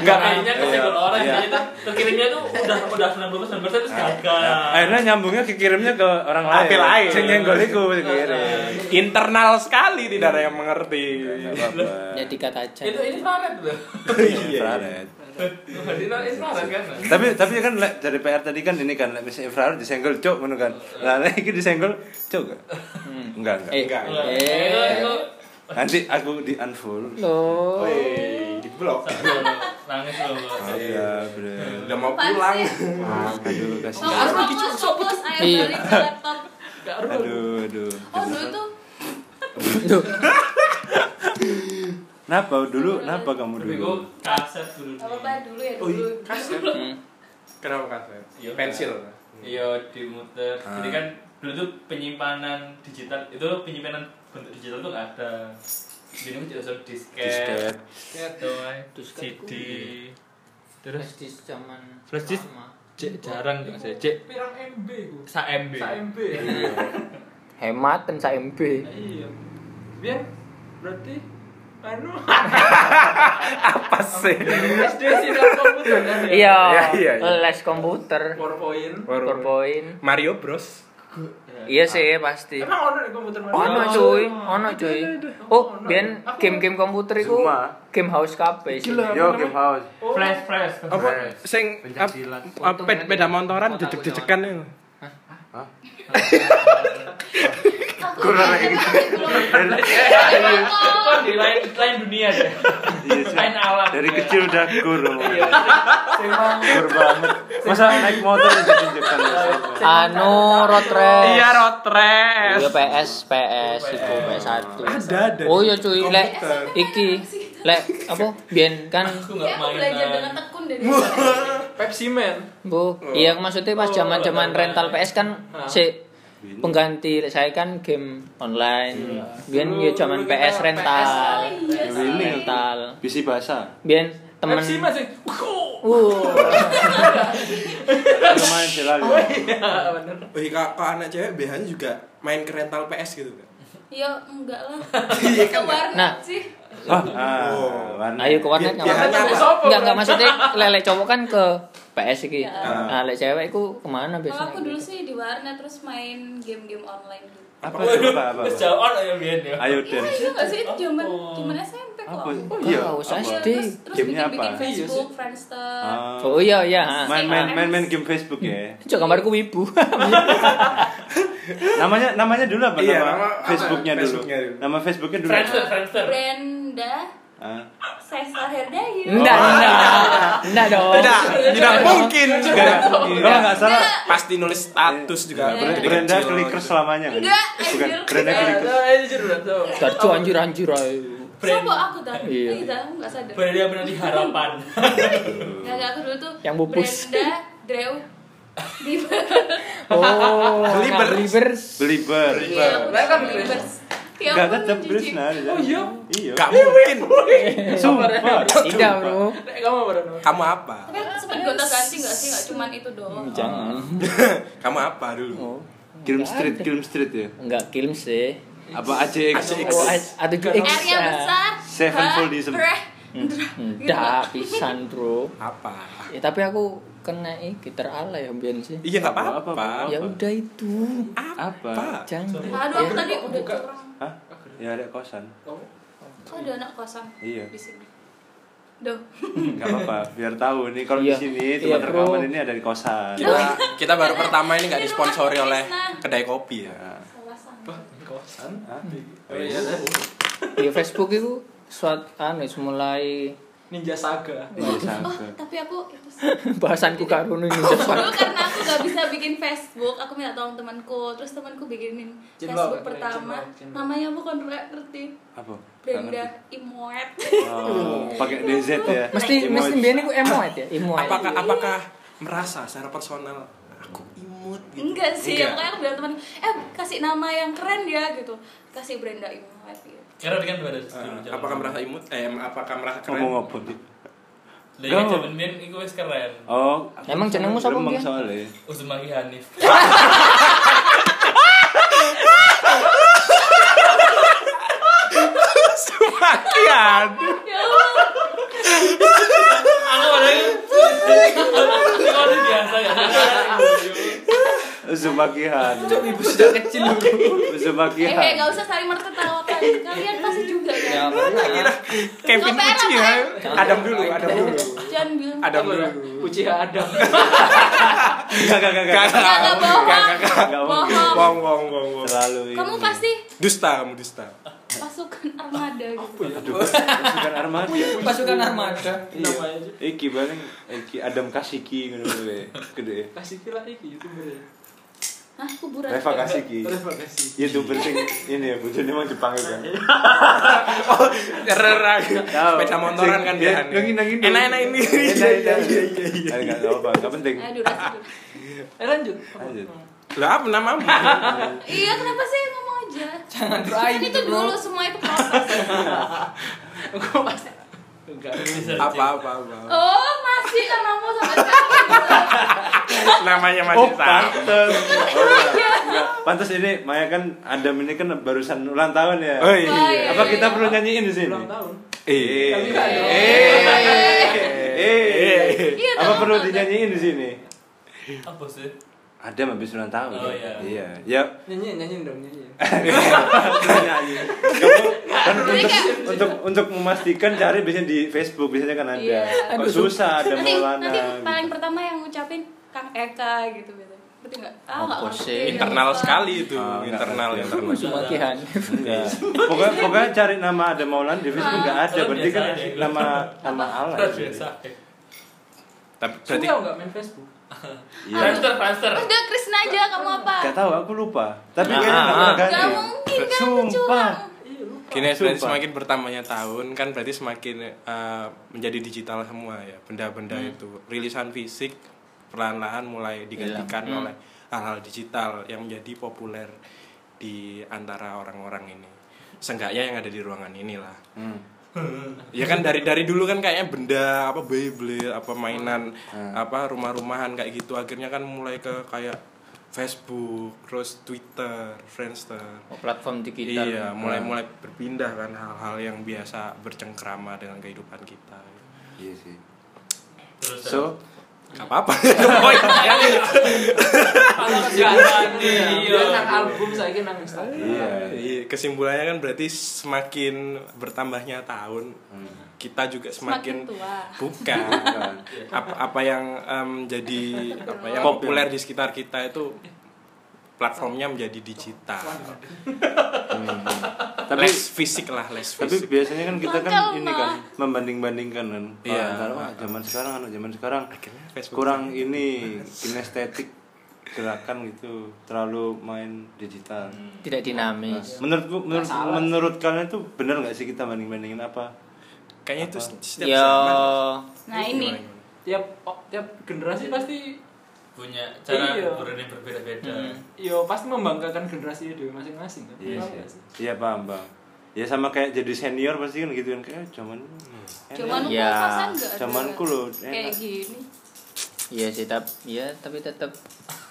Speaker 6: Enggak kayaknya kesenggol
Speaker 1: Iya,
Speaker 6: orang.
Speaker 1: iya.
Speaker 6: Jadi tuh terkirimnya tuh udah udah 90 90 terus gagal.
Speaker 1: akhirnya nyambungnya kekirimnya ke orang lain.
Speaker 2: Tapi lain.
Speaker 1: Sing nyenggol iku kekirim.
Speaker 2: internal sekali tidak ada yang mengerti
Speaker 1: Enggak apa-apa.
Speaker 4: Jadi kata aja.
Speaker 6: Itu ini infrared loh.
Speaker 1: Infrared.
Speaker 6: Jadi itu infrared kan.
Speaker 1: Iya, tapi tapi kan lek, dari PR tadi kan ini kan lek, misalnya infrared disenggol cok ngono kan. Lah lek iki disenggol cok gak? Enggak enggak.
Speaker 4: Eh,
Speaker 2: Enggak.
Speaker 6: Eh, itu itu
Speaker 1: Nanti aku di unfold.
Speaker 4: Loh.
Speaker 2: Wih, di blok
Speaker 6: nangis loh. Bro.
Speaker 1: Ada Oh, iya, bre.
Speaker 2: udah mau
Speaker 5: Apaan
Speaker 2: pulang
Speaker 5: sih?
Speaker 1: Aduh kasih.
Speaker 5: Fokus, fokus, fokus, ayo
Speaker 4: Iya.
Speaker 5: balik ke laptop.
Speaker 6: Gak ruh.
Speaker 1: Aduh aduh.
Speaker 5: Oh, dulu tuh
Speaker 1: Kenapa dulu? Kenapa kamu
Speaker 6: Tapi
Speaker 1: dulu?
Speaker 6: gue kaset dulu.
Speaker 5: Gak apa-apa dulu ya
Speaker 2: oh iya,
Speaker 5: dulu.
Speaker 1: Kan
Speaker 2: kaset
Speaker 4: Hmm.
Speaker 2: kenapa kaset
Speaker 6: Iya.
Speaker 2: pensil
Speaker 6: Iya dimuter.
Speaker 1: Ah.
Speaker 6: Jadi kan dulu tuh penyimpanan digital itu penyimpanan bentuk digital tuh nggak ada. Jadi aku tidak usah disket,
Speaker 1: Disket.
Speaker 6: toy,
Speaker 4: Disket
Speaker 6: CD,
Speaker 4: Terus
Speaker 6: terus
Speaker 4: di zaman
Speaker 6: Flash disk?
Speaker 4: lama.
Speaker 6: cek jarang nggak sih cek
Speaker 3: Pirang MB ku.
Speaker 6: sa MB.
Speaker 3: Sak MB.
Speaker 4: Hemat dan sak MB.
Speaker 3: Iya. Biar berarti anu
Speaker 2: pas sih
Speaker 3: SD sih dalam komputer kan ya?
Speaker 4: Iya,
Speaker 2: (laughs) Iya, iya, iya.
Speaker 4: les komputer,
Speaker 3: PowerPoint.
Speaker 4: PowerPoint.
Speaker 2: Mario Bros
Speaker 4: Iya sih pasti.
Speaker 3: Emang ono di komputer Mas?
Speaker 4: Ono cuy, ono cuy. Oh, ben game-game komputer itu
Speaker 1: Zuma.
Speaker 4: game house cafe sih.
Speaker 1: Yo game house.
Speaker 7: Oh,
Speaker 6: Flash flash.
Speaker 2: apa sing ap- ap- ped- peda motoran duduk-dudukan ya
Speaker 5: Aku
Speaker 1: Kurang gitu.
Speaker 5: aja
Speaker 1: lagi.
Speaker 5: masih belum
Speaker 6: Kok Kan di lain lain dunia deh.
Speaker 1: Iya, sih.
Speaker 6: Main Iya, alam.
Speaker 1: dari kecil udah guru
Speaker 3: Emang
Speaker 1: guru banget masa naik motor ditunjukkan
Speaker 4: Anu road race.
Speaker 2: Iya road race.
Speaker 4: Iya PS, PS iku PS1.
Speaker 3: ada ada.
Speaker 4: Oh iya cuy, lek
Speaker 5: komputer.
Speaker 4: iki lek apa biyen kan
Speaker 6: Iya, Aku
Speaker 5: Kayak
Speaker 6: nggak
Speaker 5: aku belajar dengan
Speaker 6: mainan.
Speaker 5: tekun
Speaker 1: (laughs)
Speaker 5: dari Iya
Speaker 2: Pepsi Man.
Speaker 4: Bu, iya maksudnya pas zaman-zaman rental PS kan si pengganti lek saya kan game
Speaker 2: Iya.
Speaker 4: online. Biyen ya zaman PS rental.
Speaker 5: Oh iya
Speaker 1: Ini.
Speaker 5: sih.
Speaker 4: Rental.
Speaker 1: bisi bahasa
Speaker 4: Biyen temen
Speaker 6: Pepsi Man
Speaker 7: (laughs)
Speaker 6: sih. Wuh.
Speaker 4: Uh,
Speaker 6: Oh, iya.
Speaker 1: lumayan sih lali
Speaker 2: Wih kak, kok anak cewek biasanya juga main ke rental PS gitu kan?
Speaker 5: Ya enggak lah.
Speaker 1: Iya,
Speaker 5: Ke
Speaker 1: kan
Speaker 5: warnet
Speaker 4: Nah.
Speaker 5: sih.
Speaker 1: Wah, ah, warna.
Speaker 4: ayo ke warnet
Speaker 2: Biar- biar
Speaker 4: ngapain?
Speaker 2: nyapa.
Speaker 4: Enggak enggak maksudnya lelek cowok kan ke PS iki. Nah, lek cewek iku kemana
Speaker 5: Kalau
Speaker 4: biasanya?
Speaker 5: Iya.
Speaker 4: gitu.
Speaker 5: aku dulu sih di warnet terus main game-game online gitu.
Speaker 1: apa coba apa
Speaker 6: Terus jauh on ya Bian ya.
Speaker 1: ayo dan
Speaker 5: Iya, iya enggak sih itu zaman
Speaker 6: Apa?
Speaker 5: zaman SMP kok.
Speaker 1: apa
Speaker 5: Aku.
Speaker 1: iya
Speaker 4: Nggak usah
Speaker 1: apa?
Speaker 5: Iya,
Speaker 4: SD.
Speaker 5: terus terus
Speaker 1: Gamenya
Speaker 5: bikin-bikin
Speaker 1: apa?
Speaker 5: Facebook, Friendster.
Speaker 1: Ah,
Speaker 4: Oh iya iya. ha.
Speaker 1: main main main main game Facebook ya
Speaker 4: Cok gambarku wibu.
Speaker 5: Iya.
Speaker 4: (laughs)
Speaker 1: namanya namanya dulu apa
Speaker 2: Iya,
Speaker 1: nama
Speaker 2: nama apa?
Speaker 1: Facebooknya dulu
Speaker 2: Facebooknya dulu.
Speaker 1: nama Facebooknya dulu
Speaker 6: Friendster, Friendster.
Speaker 5: Brenda
Speaker 1: Ah.
Speaker 5: Sesa Herdayu.
Speaker 4: Enggak,
Speaker 1: Oh,
Speaker 4: enggak. Enggak dong.
Speaker 2: Tidak, tidak
Speaker 4: dong.
Speaker 2: mungkin.
Speaker 1: Nggak, kalau nggak salah
Speaker 2: Pasti nulis status juga.
Speaker 1: Bre-
Speaker 2: dari
Speaker 1: Iya. Brenda
Speaker 2: kecil.
Speaker 1: kliker selamanya kan?
Speaker 5: Enggak,
Speaker 1: Bukan,
Speaker 5: anjir.
Speaker 1: Brenda
Speaker 5: Enggak.
Speaker 7: Iya.
Speaker 1: kliker
Speaker 4: Darjo anjir anjir ayo.
Speaker 2: (laughs)
Speaker 6: Brand.
Speaker 5: Sopo aku tadi?
Speaker 4: Iya.
Speaker 5: Iya, dah, aku enggak sadar.
Speaker 6: Berada menanti harapan.
Speaker 5: Enggak, enggak aku dulu tuh
Speaker 4: Yang bupus.
Speaker 5: Brenda, Drew, Bieber.
Speaker 4: Oh,
Speaker 2: Believers.
Speaker 4: nah, believers.
Speaker 1: Belieber
Speaker 5: Iya, aku
Speaker 6: Lah, kan
Speaker 5: dulu Believers. Ya
Speaker 1: Enggak
Speaker 5: ampun,
Speaker 1: tetep
Speaker 5: jijik.
Speaker 1: Krishna
Speaker 6: Oh iya.
Speaker 1: Iya
Speaker 2: Gak mungkin.
Speaker 1: Sumpah
Speaker 4: Tidak, Bro.
Speaker 6: Nek kamu apa Dono?
Speaker 2: Kamu apa?
Speaker 5: Tapi aku sempet gonta ganti enggak sih? Enggak cuman itu doang.
Speaker 4: Jangan.
Speaker 2: Kamu apa dulu?
Speaker 4: Oh.
Speaker 1: Kilm Street, Kilm Street ya
Speaker 4: Enggak kilm sih. ya.
Speaker 1: Apa AJX?
Speaker 2: AJX.
Speaker 4: Oh, aduh X.
Speaker 5: R-nya besar.
Speaker 1: Sevenfoldism.
Speaker 5: H, breh, Gitu.
Speaker 4: Enggak pisan, Bro.
Speaker 2: Apa?
Speaker 4: Ya tapi aku kena iki terala ya mbiyen sih.
Speaker 2: Iya nggak
Speaker 1: Apa,
Speaker 2: apa-apa.
Speaker 1: apa?
Speaker 4: Ya udah itu.
Speaker 1: Apa?
Speaker 2: Apa?
Speaker 4: Jangan.
Speaker 5: Aduh,
Speaker 4: Iya.
Speaker 5: aku tadi udah
Speaker 6: Buka.
Speaker 5: curang.
Speaker 1: Hah? Ya ada kosan
Speaker 5: Kok ada anak kosong
Speaker 1: Iya.
Speaker 5: di sini? Duh.
Speaker 1: Gak apa-apa, biar tahu nih kalau di
Speaker 4: Iya.
Speaker 1: sini tempat
Speaker 4: Iya, Bro.
Speaker 1: rekaman ini ada di kosan
Speaker 2: Kita kita baru pertama ini nggak
Speaker 5: Di rumah
Speaker 2: disponsori
Speaker 5: Krisna.
Speaker 2: oleh kedai kopi ya.
Speaker 5: Salah sangka.
Speaker 6: Kawasan.
Speaker 1: Hah?
Speaker 6: Oh iya.
Speaker 4: Ya Facebook itu suat anu mulai (laughs)
Speaker 6: Ninja Saga.
Speaker 1: Iya,
Speaker 5: Oh,
Speaker 1: sangka.
Speaker 5: tapi aku itu sih.
Speaker 4: bahasanku karo ini
Speaker 5: dulu karena aku gak bisa bikin Facebook aku minta tolong temanku terus temanku bikinin Facebook
Speaker 6: Jenlok,
Speaker 5: pertama
Speaker 6: jenlok, jenlok.
Speaker 5: namanya aku kan gak ngerti
Speaker 1: Apa? Nggak
Speaker 5: Brenda
Speaker 1: ngerti.
Speaker 5: Imoet
Speaker 1: Oh, pakai DZ ya.
Speaker 4: Mesti mesti biyen iku emoet ya, emoet.
Speaker 2: Apakah apakah merasa secara personal aku imut gitu?
Speaker 5: enggak sih
Speaker 2: Enggak.
Speaker 5: pokoknya aku bilang teman eh kasih nama yang keren ya gitu kasih Brenda Imoet gitu
Speaker 6: Karena dia kan dua ratus
Speaker 2: Eh,
Speaker 6: dulu. jaman.
Speaker 2: apakah merasa imut? Eh, apakah merasa
Speaker 1: Ngomong
Speaker 2: keren?
Speaker 1: apa nih?
Speaker 6: Lah iya
Speaker 1: Kamu?
Speaker 6: jaman Bian iku wis keren.
Speaker 1: Oh,
Speaker 4: Emang jenengmu siapa,
Speaker 1: Remeng
Speaker 4: Bian?
Speaker 1: soalnya.
Speaker 6: Uzumaki
Speaker 1: (laughs)
Speaker 6: Hanif.
Speaker 2: Sebagian.
Speaker 5: ya Allah
Speaker 6: Aku orangnya. Aku orang biasa ya.
Speaker 1: Zubakihan.
Speaker 4: ibu sejak kecil dulu.
Speaker 1: Iya.
Speaker 5: eh eh,
Speaker 1: Zubakihan.
Speaker 5: gak usah saling tertawakan kalian pasti juga
Speaker 4: Ya,
Speaker 5: kan
Speaker 4: pernah.
Speaker 2: Kevin
Speaker 5: Nggak
Speaker 2: Uci ya.
Speaker 5: merah,
Speaker 2: Adam dulu, Adam dulu.
Speaker 5: jangan bilang
Speaker 2: Adam dulu.
Speaker 6: Uchiha Adam.
Speaker 1: Gak, gak, gak, gak.
Speaker 5: Nggak, nggak, bohong.
Speaker 1: Gak mungkin.
Speaker 5: Bohong.
Speaker 2: Wong wong wong wong.
Speaker 1: Terlalu ini.
Speaker 5: kamu pasti
Speaker 2: Dusta kamu dusta.
Speaker 5: pasukan armada gitu
Speaker 1: Aduh, pasukan armada.
Speaker 4: Pasukan armada.
Speaker 6: Namanya aja.
Speaker 1: Iki paling Iki Adam Kasiki ngono kuwi. Gede.
Speaker 6: Kasih kira iki youtuber.
Speaker 7: ya.
Speaker 5: Hah, kuburan
Speaker 1: Reva kan? Kasiki.
Speaker 6: kasih.
Speaker 1: Youtuber sing ini ya bojone emang Jepang ya, kan.
Speaker 2: Rera. Sepeda motoran kan
Speaker 1: dia.
Speaker 2: dia.
Speaker 1: Nangin nangin.
Speaker 2: Enak-enak ini.
Speaker 1: Iya iya iya iya. Enggak apa-apa, enggak penting.
Speaker 5: aduh rasa dulu.
Speaker 6: Eh lanjut.
Speaker 1: Lanjut.
Speaker 2: Lah apa namamu?
Speaker 5: Iya, kenapa sih ngomong aja?
Speaker 4: Jangan
Speaker 5: Kan
Speaker 4: try
Speaker 5: itu
Speaker 4: gitu,
Speaker 5: dulu
Speaker 4: Bro.
Speaker 5: semua itu proses.
Speaker 6: Aku pasti. Enggak bisa.
Speaker 2: Apa apa apa.
Speaker 5: Oh, masih kan kamu sampai sekarang.
Speaker 2: Namanya
Speaker 1: Oh,
Speaker 2: masih sama.
Speaker 1: pantes. Oh, enggak. Enggak. Pantes ini Maya kan Adam ini kan barusan ulang tahun ya.
Speaker 2: Oh
Speaker 5: Oh, iya.
Speaker 2: iya.
Speaker 1: Apa kita perlu nyanyiin di sini? Iya.
Speaker 6: Ulang tahun.
Speaker 2: Eh.
Speaker 6: Enggak dong.
Speaker 1: Eh. Eh.
Speaker 5: Iya,
Speaker 1: Apa
Speaker 5: tolong,
Speaker 1: perlu
Speaker 5: tolong.
Speaker 1: dinyanyiin di sini?
Speaker 6: Apa sih?
Speaker 1: Adam habis ulang tahun.
Speaker 6: Oh, iya.
Speaker 1: Iya. Ya,
Speaker 6: Nyanyi nyanyi dong nyanyi.
Speaker 1: nyanyi. Kamu kan
Speaker 5: Jadi
Speaker 1: untuk
Speaker 5: kayak-
Speaker 1: untuk untuk memastikan cari biasanya di Facebook biasanya kan ada.
Speaker 5: Iya.
Speaker 1: Kok susah ada
Speaker 5: Nanti nanti
Speaker 1: Maulana.
Speaker 5: paling pertama yang ngucapin Kang Eka gitu biasanya. Ngerti nggak? Ah, nggak
Speaker 4: Apa
Speaker 5: ngerti.
Speaker 4: sih?
Speaker 5: nggak
Speaker 2: internal
Speaker 5: bisa.
Speaker 2: sekali itu
Speaker 1: Ah, enggak
Speaker 2: internal
Speaker 1: ngerti.
Speaker 2: internal
Speaker 4: Cuma Ki Hanif.
Speaker 1: Enggak. pokoknya pokoknya cari nama ada Maulan di Facebook nggak ada
Speaker 6: Kalau
Speaker 1: berarti kan
Speaker 6: biasa aja.
Speaker 1: nama nama Allah
Speaker 6: biasa
Speaker 2: tapi berarti
Speaker 3: Suka nggak main Facebook?
Speaker 1: iya
Speaker 6: transfer transfer
Speaker 5: Udah Krisna aja kamu apa?
Speaker 1: nggak tahu aku lupa tapi
Speaker 4: Ah,
Speaker 1: kayaknya nggak
Speaker 4: ah,
Speaker 1: pernah
Speaker 4: ah.
Speaker 1: ganti
Speaker 5: Gak mungkin kan
Speaker 1: Sumpah.
Speaker 5: curang.
Speaker 2: Gini, berarti
Speaker 1: Sumpah.
Speaker 2: semakin bertambahnya tahun kan berarti semakin eh, menjadi digital semua ya benda-benda itu rilisan fisik perlahan-lahan mulai digantikan
Speaker 4: Hilang.
Speaker 2: oleh hal-hal digital yang menjadi populer di antara orang-orang ini seenggaknya yang ada di ruangan inilah
Speaker 1: Hmm.
Speaker 2: ya kan dari dari dulu kan kayaknya benda apa Beyblade apa mainan apa rumah-rumahan kayak gitu akhirnya kan mulai ke kayak Facebook terus Twitter Friendster
Speaker 4: (laughs) Platform digital.
Speaker 2: Iya,
Speaker 1: Eh.
Speaker 2: mulai-mulai berpindah kan hal-hal yang biasa bercengkrama dengan kehidupan kita.
Speaker 1: iya sih
Speaker 6: terus
Speaker 1: so
Speaker 2: Gak apa-apa.
Speaker 6: iya
Speaker 3: nang album saya nang Instagram.
Speaker 1: (laughs) iya
Speaker 2: Iya, Kesimpulannya kan berarti semakin bertambahnya tahun,
Speaker 1: Hmm.
Speaker 2: kita juga semakin,
Speaker 5: Semakin tua. (laughs)
Speaker 2: bukan
Speaker 1: Bukan.
Speaker 2: apa, apa yang em, jadi apa yang
Speaker 1: Pop.
Speaker 2: populer di sekitar kita itu platformnya menjadi digital.
Speaker 1: hmm. tapi
Speaker 2: less fisik lah, less
Speaker 1: tapi
Speaker 2: fisik.
Speaker 1: biasanya kan kita kan
Speaker 5: Makanya.
Speaker 1: ini kan membanding-bandingkan kan
Speaker 2: Iya.
Speaker 1: iya zaman sekarang anak zaman sekarang
Speaker 2: Facebook.
Speaker 1: kurang ini kinestetik gerakan gitu terlalu main digital Nah,
Speaker 4: Tidak dinamis.
Speaker 1: menurutku menurut menurut kalian itu benar nggak sih kita banding bandingin apa
Speaker 2: Kayaknya itu setiap
Speaker 4: Ya,
Speaker 2: zaman.
Speaker 5: Nah ini
Speaker 3: Tiap tiap generasi pasti
Speaker 6: punya cara
Speaker 3: Iya.
Speaker 6: berani berbeda-beda
Speaker 1: Hmm.
Speaker 3: yo pasti membanggakan generasi dewe masing-masing kan.
Speaker 1: iya
Speaker 3: Paham
Speaker 1: sih
Speaker 3: nggak sih?
Speaker 1: iya paham paham ya sama kayak jadi senior pasti kan gitu kan kayak zaman
Speaker 5: cuman
Speaker 1: enak.
Speaker 4: Iya.
Speaker 5: kulkasan nggak ada.
Speaker 1: zamanku loh
Speaker 5: Kayak
Speaker 1: enak.
Speaker 5: gini. (laughs)
Speaker 4: Iya sih, tapi ya tapi tetap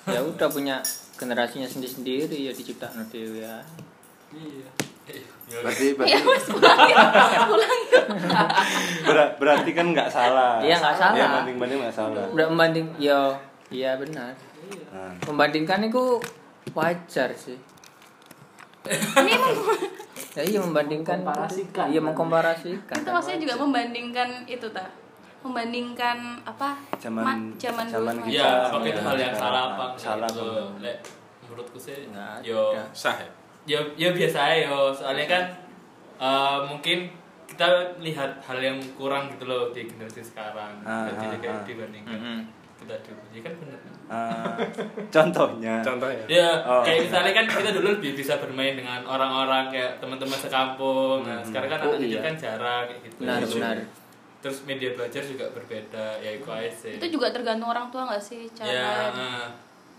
Speaker 4: ya udah punya generasinya sendiri-sendiri ya diciptakan dewe ya.
Speaker 3: Iya.
Speaker 5: (laughs)
Speaker 1: berarti berarti,
Speaker 5: Ya wes pulang ya. Pulang ya.
Speaker 1: bera- berarti kan nggak salah
Speaker 4: Iya, nggak salah.
Speaker 1: ya banding banding nggak salah
Speaker 4: Udah membanding ya iya benar.
Speaker 1: nah,
Speaker 4: Membandingkan itu wajar sih.
Speaker 5: Ini meng-
Speaker 4: Ya iya membandingkan
Speaker 3: Mengkomparasikan.
Speaker 4: Iya mengkomparasikan.
Speaker 5: itu maksudnya juga membandingkan itu ta membandingkan apa
Speaker 1: Zaman-
Speaker 5: ma- zaman dulu
Speaker 1: zaman
Speaker 5: sama-
Speaker 1: kita.
Speaker 6: ya apakah itu
Speaker 1: Iya.
Speaker 6: hal yang salah apa enggak
Speaker 1: Salah
Speaker 6: gitu.
Speaker 1: apa enggak?
Speaker 6: Lek, menurutku sih
Speaker 4: Enggak
Speaker 6: yo
Speaker 4: ada.
Speaker 2: Sah ya?
Speaker 6: ya ya biasa aja yo soalnya kan eh, mungkin kita lihat hal yang kurang gitu loh di generasi sekarang
Speaker 1: Ah,
Speaker 6: jadi
Speaker 1: ah,
Speaker 6: kayak
Speaker 1: ah.
Speaker 6: dibandingkan
Speaker 4: Hmm.
Speaker 6: kita dulu ya kan bener
Speaker 1: Ah, contohnya
Speaker 2: Contohnya.
Speaker 6: ya
Speaker 1: Oh.
Speaker 6: kayak misalnya kan kita dulu lebih bisa bermain dengan orang-orang kayak teman-teman sekampung nah sekarang kan
Speaker 1: Oh,
Speaker 6: anak kecil
Speaker 1: iya.
Speaker 6: kan jarang kayak gitu
Speaker 2: Iya,
Speaker 4: Benar,
Speaker 6: Terus-
Speaker 4: benar.
Speaker 6: terus media belajar juga berbeda ya itu aja sih
Speaker 5: itu juga tergantung orang tua nggak sih cara
Speaker 6: ya eh.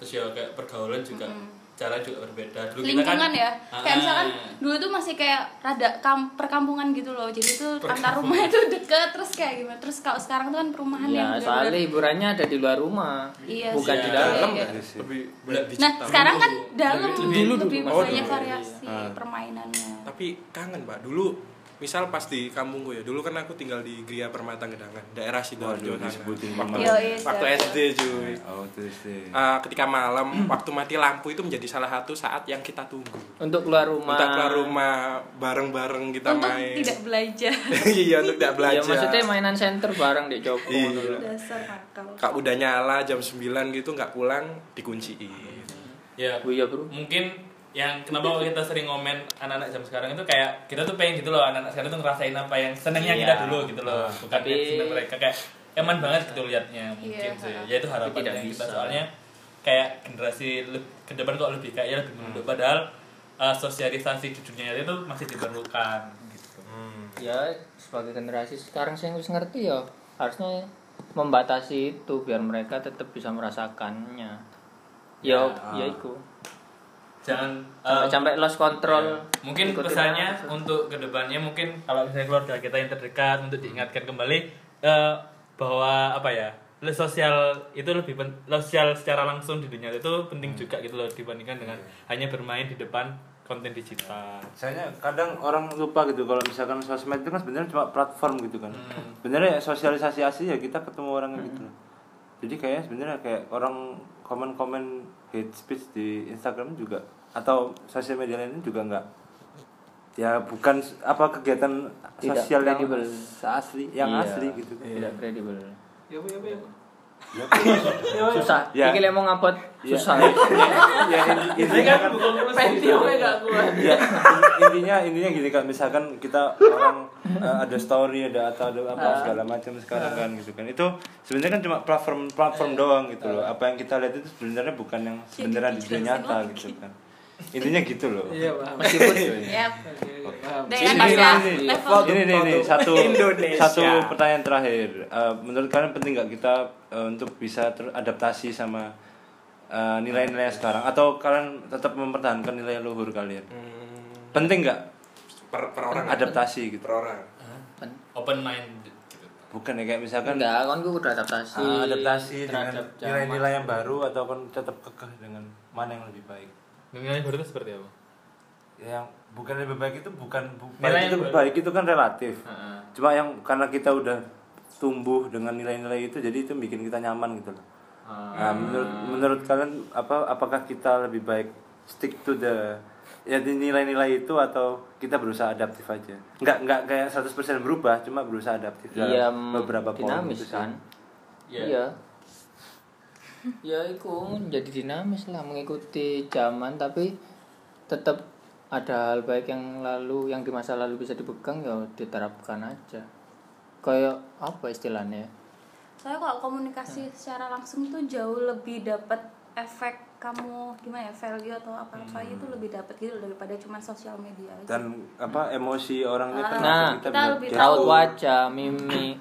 Speaker 6: terus ya kayak pergaulan juga cara juga berbeda dulu kita kan
Speaker 5: lingkungan ya kayak
Speaker 6: Ah,
Speaker 5: misalkan dulu tuh masih kayak rada kam perkampungan gitu loh jadi tuh antar rumah itu deket terus kayak gimana terus kalau sekarang tuh kan perumahan yang
Speaker 4: Ya,
Speaker 5: bener-bener-
Speaker 4: soalnya hiburannya ada di luar rumah.
Speaker 5: Iya
Speaker 4: bukan
Speaker 5: sih.
Speaker 4: di dalam.
Speaker 5: Iya, iya.
Speaker 2: Lebih
Speaker 5: nah
Speaker 2: digital.
Speaker 5: sekarang kan
Speaker 6: Dulu.
Speaker 5: dalam
Speaker 6: Dulu,
Speaker 5: lebih,
Speaker 4: dulu.
Speaker 2: Oh,
Speaker 5: banyak
Speaker 2: dulu.
Speaker 5: variasi permainannya
Speaker 2: tapi kangen mbak dulu misal pas di kampung gue ya dulu kan aku tinggal di Gria Permata Gedangan daerah
Speaker 1: Waduh,
Speaker 2: sidoarjo sana.
Speaker 1: disebutin
Speaker 2: waktu,
Speaker 5: Yo, iya,
Speaker 2: waktu
Speaker 5: siap.
Speaker 2: SD cuy
Speaker 1: oh terus deh
Speaker 2: Eh, ketika malam waktu mati lampu itu menjadi salah satu saat yang kita tunggu
Speaker 4: Untuk keluar rumah.
Speaker 2: kita keluar rumah bareng-bareng kita
Speaker 5: untuk
Speaker 2: main
Speaker 5: tidak belajar
Speaker 2: (laughs) iya untuk tidak
Speaker 4: Ya
Speaker 2: belajar
Speaker 4: maksudnya mainan center bareng dek Joko
Speaker 2: Iya.
Speaker 4: dulu.
Speaker 5: dasar nakal
Speaker 2: Kak udah nyala jam 9 gitu nggak pulang dikunciin
Speaker 6: ya
Speaker 4: Oh iya, Bro.
Speaker 6: mungkin yang kenapa kita sering komen anak-anak jam sekarang itu kayak kita tuh pengen gitu loh anak-anak sekarang tuh ngerasain apa yang senengnya
Speaker 4: Iya.
Speaker 6: kita dulu gitu loh bukan
Speaker 4: Tapi-
Speaker 6: kayak seneng mereka kayak eman banget gitu liatnya
Speaker 5: Iya.
Speaker 6: mungkin sih ya itu harapan
Speaker 4: tidak
Speaker 6: yang kita
Speaker 4: bisa.
Speaker 6: soalnya kayak generasi le- ke depan kok lebih kayak ya lebih menunduk
Speaker 4: Hmm.
Speaker 6: padahal uh, sosialisasi di dunia itu masih diperlukan gitu
Speaker 4: Ya sebagai generasi sekarang sih yang harus ngerti ya. Harusnya membatasi itu biar mereka tetap bisa merasakannya. Ya,
Speaker 6: ah.
Speaker 4: ya iku.
Speaker 6: jangan
Speaker 4: Sampai,
Speaker 6: uh,
Speaker 4: sampai lost control.
Speaker 6: Iya. ya. mungkin
Speaker 4: Ikutin
Speaker 6: pesannya
Speaker 4: aja.
Speaker 6: untuk kedepannya mungkin kalau misalnya keluarga kita yang terdekat untuk diingatkan kembali eh, bahwa apa ya le- sosial itu lebih pen- sosial secara langsung di dunia itu penting juga gitu loh dibandingkan dengan hanya bermain di depan konten digital
Speaker 1: Soalnya kadang orang lupa gitu kalau misalkan sosmed itu kan sebenarnya cuma platform gitu kan. Sebenarnya ya sosialisasi asli ya kita ketemu orang gitu loh. Jadi kayaknya sebenarnya kayak orang komen-komen hate speech di Instagram juga atau sosial media lain juga nggak ya bukan s- apa kegiatan
Speaker 4: Tidak
Speaker 1: sosial yang
Speaker 4: kredibel.
Speaker 1: asli yang
Speaker 4: Iya.
Speaker 1: asli gitu kan.
Speaker 4: Tidak kredibel.
Speaker 3: Ya apa ya apa. ya apa.
Speaker 4: Susah.
Speaker 1: Ya.
Speaker 4: Iki lek mau ngapot
Speaker 1: (laughs)
Speaker 4: Susah.
Speaker 1: ya, in- intinya kan
Speaker 7: (laughs) Pentiumnya gak kuat.
Speaker 1: ya, in- intinya intinya gini kan misalkan kita orang eh, ada story ada atau ada apa segala macam sekarang kan gitu kan itu sebenarnya kan cuma platform platform doang gitu loh apa yang kita lihat itu sebenarnya bukan yang sebenarnya di dunia nyata gitu kan intinya gitu loh
Speaker 3: Iya, paham.
Speaker 7: Meskipun
Speaker 5: ya
Speaker 3: Paham.
Speaker 1: ya.
Speaker 5: dengan masalah level
Speaker 1: ini nih nih, satu
Speaker 2: Indonesia.
Speaker 1: satu pertanyaan terakhir Eh, menurut kalian penting nggak kita eh, untuk bisa teradaptasi sama eh, nilai-nilai yang sekarang atau kalian tetap mempertahankan nilai luhur kalian penting nggak
Speaker 2: per, per orang
Speaker 1: adaptasi gitu
Speaker 2: per orang
Speaker 6: open mind gitu.
Speaker 1: bukan ya kayak misalkan
Speaker 7: enggak, kan gue udah adaptasi.
Speaker 1: ah, adaptasi dengan
Speaker 7: terhadap zaman.
Speaker 1: nilai-nilai yang baru atau kan tetap kekeh dengan mana yang lebih baik Ya,
Speaker 6: Nilai baru itu seperti apa?
Speaker 1: yang bukan lebih baik itu bukan bu- baik
Speaker 6: Nilai yang
Speaker 1: itu
Speaker 6: baru. Hmm.
Speaker 1: baik itu kan relatif
Speaker 6: Heeh.
Speaker 1: cuma yang karena kita udah tumbuh dengan nilai-nilai itu jadi itu bikin kita nyaman gitu loh nah menurut menurut kalian apa apakah kita lebih baik stick to the ya di nilai-nilai itu atau kita berusaha adaptif aja nggak nggak kayak 100% berubah cuma berusaha adaptif dalam
Speaker 7: Iya,
Speaker 1: beberapa poin itu
Speaker 4: dinamis
Speaker 1: sih.
Speaker 4: kan?
Speaker 6: Iya.
Speaker 4: (laughs) Iya. Ya iku jadi dinamis lah mengikuti zaman tapi tetap ada hal baik yang lalu yang di masa lalu bisa dipegang ya diterapkan aja. Kayak apa istilahnya? ya?
Speaker 5: soalnya kalau komunikasi
Speaker 1: Hmm.
Speaker 5: secara langsung tuh jauh lebih dapat efek kamu gimana ya value atau apa apa itu lebih dapat gitu daripada cuma sosial media
Speaker 1: Hmm.
Speaker 5: aja.
Speaker 1: dan apa emosi orangnya kan
Speaker 4: Nah,
Speaker 1: kita,
Speaker 5: Ah. kita
Speaker 1: bisa
Speaker 5: lebih
Speaker 7: Ya,
Speaker 1: get-
Speaker 4: Raut wajah, mimik.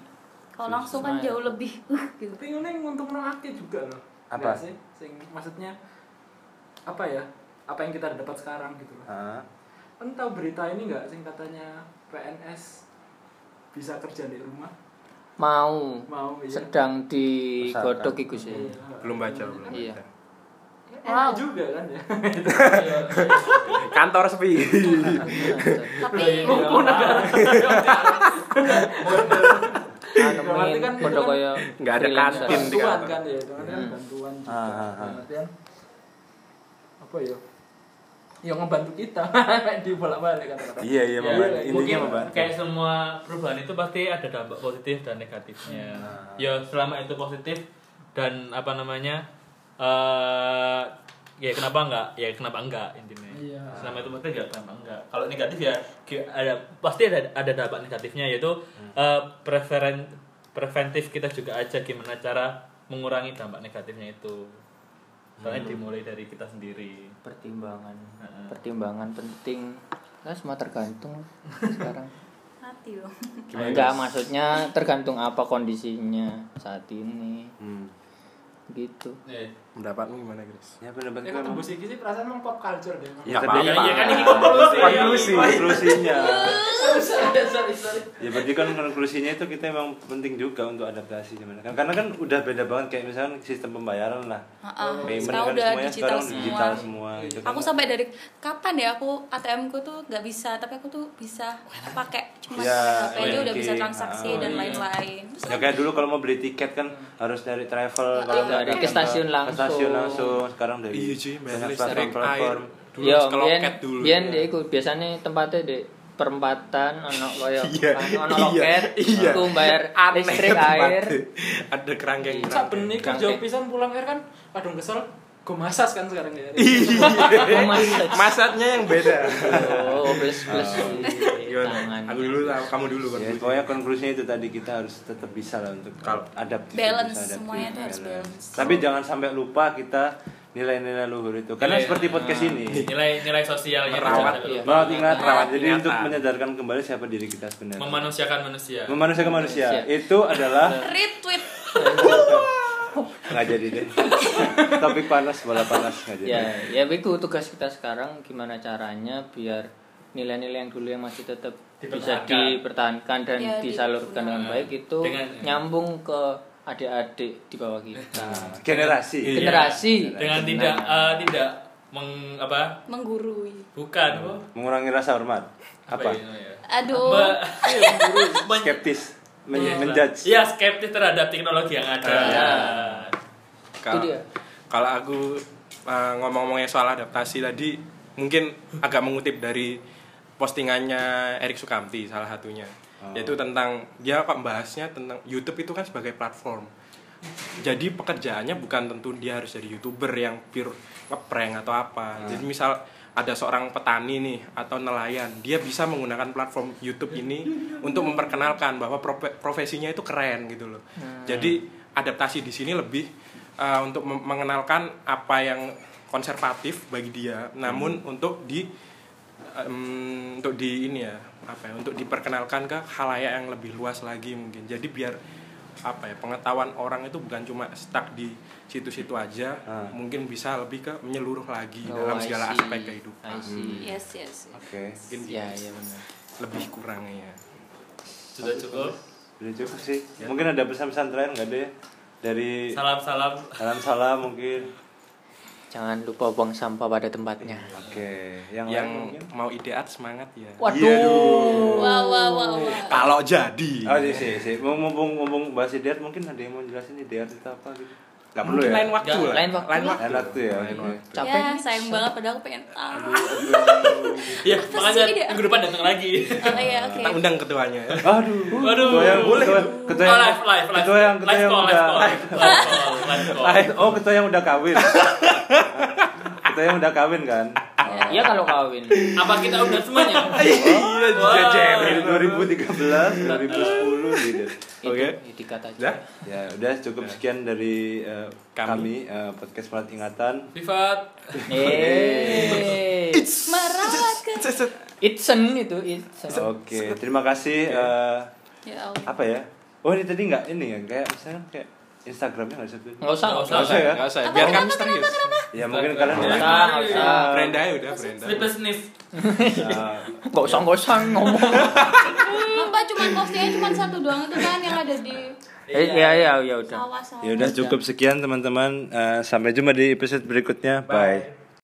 Speaker 5: kalau langsung
Speaker 1: ya.
Speaker 5: kan jauh lebih (laughs) gitu
Speaker 7: Tapi ini untuk nongaknya juga loh.
Speaker 1: Apa?
Speaker 7: Nggak sih? Sing, maksudnya apa ya? Apa yang kita dapat sekarang gitu loh.
Speaker 1: Hah?
Speaker 7: Kan tahu berita ini enggak sing katanya PNS bisa kerja di rumah?
Speaker 4: mau
Speaker 7: Mau iya.
Speaker 4: sedang digodok iku sih.
Speaker 7: Iya.
Speaker 2: belum baca belum
Speaker 4: Iya.
Speaker 2: baca.
Speaker 7: Enak juga kan ya.
Speaker 2: kantor sepi (laughs)
Speaker 7: Iya.
Speaker 5: tapi
Speaker 4: (laughs)
Speaker 6: Iya, (laughs)
Speaker 4: Anu
Speaker 7: Berarti
Speaker 4: mungkin
Speaker 7: kan itu
Speaker 4: podo
Speaker 7: kan
Speaker 4: kaya
Speaker 2: nggak ada
Speaker 4: freelancer.
Speaker 2: kantin di
Speaker 7: bantuan
Speaker 2: kantor
Speaker 7: kan ya, itu kan bantuan.
Speaker 1: Iya.
Speaker 7: juga.
Speaker 1: Ah, ah, ah.
Speaker 7: Dalam artian, apa ya? Ya ngebantu kita (laughs) di bolak-balik kata-kata.
Speaker 1: iya iya
Speaker 7: Iya,
Speaker 1: membantu.
Speaker 7: iya.
Speaker 1: intinya
Speaker 6: mungkin
Speaker 1: membantu
Speaker 6: kayak semua perubahan itu pasti ada dampak positif dan negatifnya.
Speaker 1: Nah.
Speaker 6: Ya selama itu positif dan apa namanya eh ya kenapa enggak? Ya kenapa enggak intinya.
Speaker 7: Iya.
Speaker 6: Selama itu positif ya kenapa enggak? Kalau negatif ya ki- ada pasti ada ada dampak negatifnya yaitu
Speaker 1: Hmm.
Speaker 6: eh, preferen preventif kita juga aja gimana cara mengurangi dampak negatifnya itu.
Speaker 1: Hmm.
Speaker 6: Soalnya dimulai dari kita
Speaker 1: (laughs)
Speaker 6: sendiri.
Speaker 4: pertimbangan.
Speaker 6: Heeh.
Speaker 4: Pertimbangan penting. Nah, semua tergantung sekarang.
Speaker 5: mati loh
Speaker 4: Enggak, maksudnya tergantung apa kondisinya saat ini.
Speaker 1: Hmm.
Speaker 4: Gitu.
Speaker 6: Eh,
Speaker 2: pendapatmu gimana Grace
Speaker 1: ya benar-benar
Speaker 7: Ya ketembus iki sih perasaan emang pop culture deh.
Speaker 1: Ya,
Speaker 2: Nggak
Speaker 1: tapi-
Speaker 2: apa-apa.
Speaker 1: Iya kan, ini
Speaker 6: konklusi.
Speaker 1: konklusi konklusinya
Speaker 7: (laughs) sorry, sorry, sorry.
Speaker 1: ya berarti kan konklusinya itu kita emang penting juga untuk adaptasi sebenarnya kan karena kan udah beda banget kayak misalkan sistem pembayaran lah
Speaker 5: Heeh.
Speaker 1: payment
Speaker 5: Ah, sekarang
Speaker 1: kan
Speaker 5: udah
Speaker 1: semuanya
Speaker 5: digital
Speaker 1: sekarang
Speaker 5: semua.
Speaker 1: digital semua gitu kan
Speaker 5: aku sampai dari kapan ya aku ATM ku tuh nggak bisa tapi aku tuh bisa pakai cuma
Speaker 1: Ya,
Speaker 5: pakai HP aja udah bisa
Speaker 1: banking.
Speaker 5: transaksi
Speaker 1: Ah,
Speaker 5: dan
Speaker 1: iya.
Speaker 5: lain-lain Terus
Speaker 1: ya kayak dulu kalau mau beli tiket kan harus dari travel kalau nggak
Speaker 4: Dari
Speaker 1: kan
Speaker 4: ke stasiun
Speaker 1: nggak- ke stasiun
Speaker 4: langsung.
Speaker 1: langsung sekarang dari
Speaker 2: iya cuy bayar
Speaker 1: banyak
Speaker 2: listrik air
Speaker 1: platform-platform.
Speaker 2: dulu
Speaker 4: Yo,
Speaker 2: harus ke
Speaker 4: Ya, biyen
Speaker 2: loket dulu
Speaker 4: biyen ya iku biasanya tempatnya di perempatan ono koyo
Speaker 2: (laughs)
Speaker 4: kan,
Speaker 2: Iya,
Speaker 4: ono
Speaker 2: iya,
Speaker 4: loket,
Speaker 2: iya.
Speaker 4: iku bayar listrik air. Iya,
Speaker 2: ada kerangkeng
Speaker 7: Sak benih kerja
Speaker 4: Cantik.
Speaker 7: pisan pulang air kan kadung kesel. Gue masas kan sekarang ya.
Speaker 1: Iya.
Speaker 4: Massage.
Speaker 2: masatnya yang beda
Speaker 4: Oh,
Speaker 2: (laughs)
Speaker 4: plus-plus
Speaker 2: Gimana?
Speaker 4: tangan.
Speaker 2: aku dulu kamu dulu kan
Speaker 1: ya pokoknya konklusinya itu tadi kita harus tetap bisa lah untuk
Speaker 2: Kalau-
Speaker 1: adaptif
Speaker 5: Balance,
Speaker 1: bisa adaptif, ya kan.
Speaker 5: semuanya tuh harus balance.
Speaker 1: tapi jangan sampai lupa kita nilai-nilai luhur itu karena
Speaker 6: Iya.
Speaker 1: seperti podcast ini
Speaker 6: nilai nilai sosialnya
Speaker 2: Merawat,
Speaker 6: dijaga.
Speaker 4: iya.
Speaker 1: Merawat ingatan,
Speaker 2: Merawat
Speaker 1: Jadi
Speaker 2: ingatan.
Speaker 1: untuk menyadarkan kembali siapa diri kita sebenarnya.
Speaker 6: memanusiakan Iya. manusia.
Speaker 1: Memanusiakan manusia.
Speaker 4: Manusia.
Speaker 1: Itu adalah
Speaker 5: retweet
Speaker 1: nggak jadi deh. (laughs) Topik panas bola panas nggak jadi.
Speaker 2: iya.
Speaker 4: ya
Speaker 6: Iya.
Speaker 4: ya itu tugas kita sekarang gimana caranya biar nilai-nilai yang dulu yang masih tetap bisa
Speaker 6: Dipertahankan.
Speaker 4: dipertahankan dan
Speaker 5: Ya, di-
Speaker 4: disalurkan dengan baik itu
Speaker 6: Dengan-
Speaker 4: nyambung ke adik-adik di bawah kita
Speaker 1: Nah, generasi.
Speaker 6: Iya.
Speaker 4: generasi
Speaker 6: dengan tidak eh, tidak meng apa
Speaker 5: menggurui
Speaker 6: bukan kok.
Speaker 1: Mengurangi rasa hormat. Apa?
Speaker 6: ya namanya?
Speaker 5: aduh
Speaker 6: (laughs) Me- men-
Speaker 1: Skeptis. Men- menjudge.
Speaker 6: Iya, skeptis terhadap teknologi yang ada.
Speaker 1: Ya.
Speaker 4: Itu dia.
Speaker 2: Kalau- kalau aku uh, ngomong-ngomongnya soal adaptasi tadi mungkin agak mengutip dari postingannya Erik Sukamti salah satunya yaitu tentang dia kok bahasnya tentang YouTube itu kan sebagai platform jadi pekerjaannya bukan tentu dia harus jadi youtuber yang pure ngeprank atau apa jadi misal ada seorang petani nih atau nelayan dia bisa menggunakan platform YouTube ini untuk memperkenalkan bahwa profe- profesinya itu keren gitu loh jadi adaptasi di sini lebih uh, untuk mem- mengenalkan apa yang konservatif bagi dia namun untuk di em, untuk di ini ya apa ya untuk diperkenalkan ke halayak yang lebih luas lagi mungkin jadi biar apa ya pengetahuan orang itu bukan cuma stuck di situ-situ aja
Speaker 1: Ah.
Speaker 2: mungkin bisa lebih ke menyeluruh lagi
Speaker 4: Oh, I
Speaker 2: dalam segala
Speaker 4: see.
Speaker 2: aspek kehidupan
Speaker 4: I see.
Speaker 5: Yes, yes. yes.
Speaker 1: oke
Speaker 2: mungkin gitu
Speaker 4: Ya, ya benar.
Speaker 2: lebih kurangnya ya
Speaker 6: Sudah cukup.
Speaker 1: udah cukup sih mungkin ada pesan-pesan terakhir nggak deh
Speaker 6: Iya.
Speaker 1: dari
Speaker 6: Salam-salam. (laughs)
Speaker 1: salam salam mungkin
Speaker 4: Jangan lupa buang sampah pada tempatnya.
Speaker 1: oke yang,
Speaker 2: yang
Speaker 1: lain mungkin Iya,
Speaker 2: mau ideat semangat ya
Speaker 4: Waduh.
Speaker 5: Wow, wow, wow. wow.
Speaker 2: kalau jadi
Speaker 1: Oh iya sih, sih. Mau mumpung mumpung bahas ideat mungkin ada yang mau jelasin ideat itu apa gitu. Gak perlu
Speaker 2: mungkin
Speaker 1: ya.
Speaker 2: lain waktu
Speaker 4: Nggak,
Speaker 2: lah
Speaker 4: lain waktu lah.
Speaker 1: Lain waktu ya. oke.
Speaker 4: Capek.
Speaker 5: Ya, sayang banget padahal aku pengen tahu.
Speaker 6: Ya, makanya
Speaker 5: ini?
Speaker 6: minggu depan datang (laughs) lagi.
Speaker 5: Oh iya, oke.
Speaker 2: kita undang
Speaker 1: (laughs)
Speaker 2: ketuanya
Speaker 1: Aduh.
Speaker 6: Waduh.
Speaker 1: Ketua yang
Speaker 6: Boleh.
Speaker 1: ketua, ketua yang
Speaker 6: Oh, live, live, live.
Speaker 1: ketua yang ketua
Speaker 6: live
Speaker 1: yang
Speaker 6: call, live
Speaker 1: udah
Speaker 6: call. Live call, live call.
Speaker 1: oh ketua yang udah kawin. ketua yang udah kawin kan.
Speaker 4: Iya kalau kawin.
Speaker 6: Apa kita undang (laughs) semuanya?
Speaker 2: iya juga
Speaker 1: Dari 2013, 2010 gitu.
Speaker 2: Oke.
Speaker 4: Itu dikata aja.
Speaker 2: Dah?
Speaker 1: Ya, udah cukup sekian dari eh, kami, eh, podcast Melat Ingatan.
Speaker 6: Privat.
Speaker 4: (laughs) Eh.
Speaker 5: Merawat ke.
Speaker 4: Itsen itu Itsen.
Speaker 1: Oke, terima kasih eh,
Speaker 5: Ya Allah.
Speaker 1: apa ya oh ini tadi nggak ini ya kayak misalnya kayak Instagramnya nggak disebut
Speaker 4: Enggak usah, enggak usah.
Speaker 1: Nggak usah ya
Speaker 2: Nggak
Speaker 4: Eh,
Speaker 2: usah,
Speaker 5: Apa,
Speaker 2: biarkan
Speaker 5: kenapa,
Speaker 2: misterius.
Speaker 1: ya mungkin kalian
Speaker 4: Enggak
Speaker 1: bisa
Speaker 4: usah, enggak usah.
Speaker 2: Brenda ya udah, Brenda.
Speaker 6: Sleepless sniff.
Speaker 1: eh,
Speaker 4: Enggak usah, enggak usah ngomong.
Speaker 5: Lupa cuma postingnya cuma satu doang itu kan yang ada di
Speaker 4: Eh, ya ya ya udah.
Speaker 5: sawah-sawah.
Speaker 1: ya udah cukup sekian teman-teman Eh, sampai jumpa di episode berikutnya bye.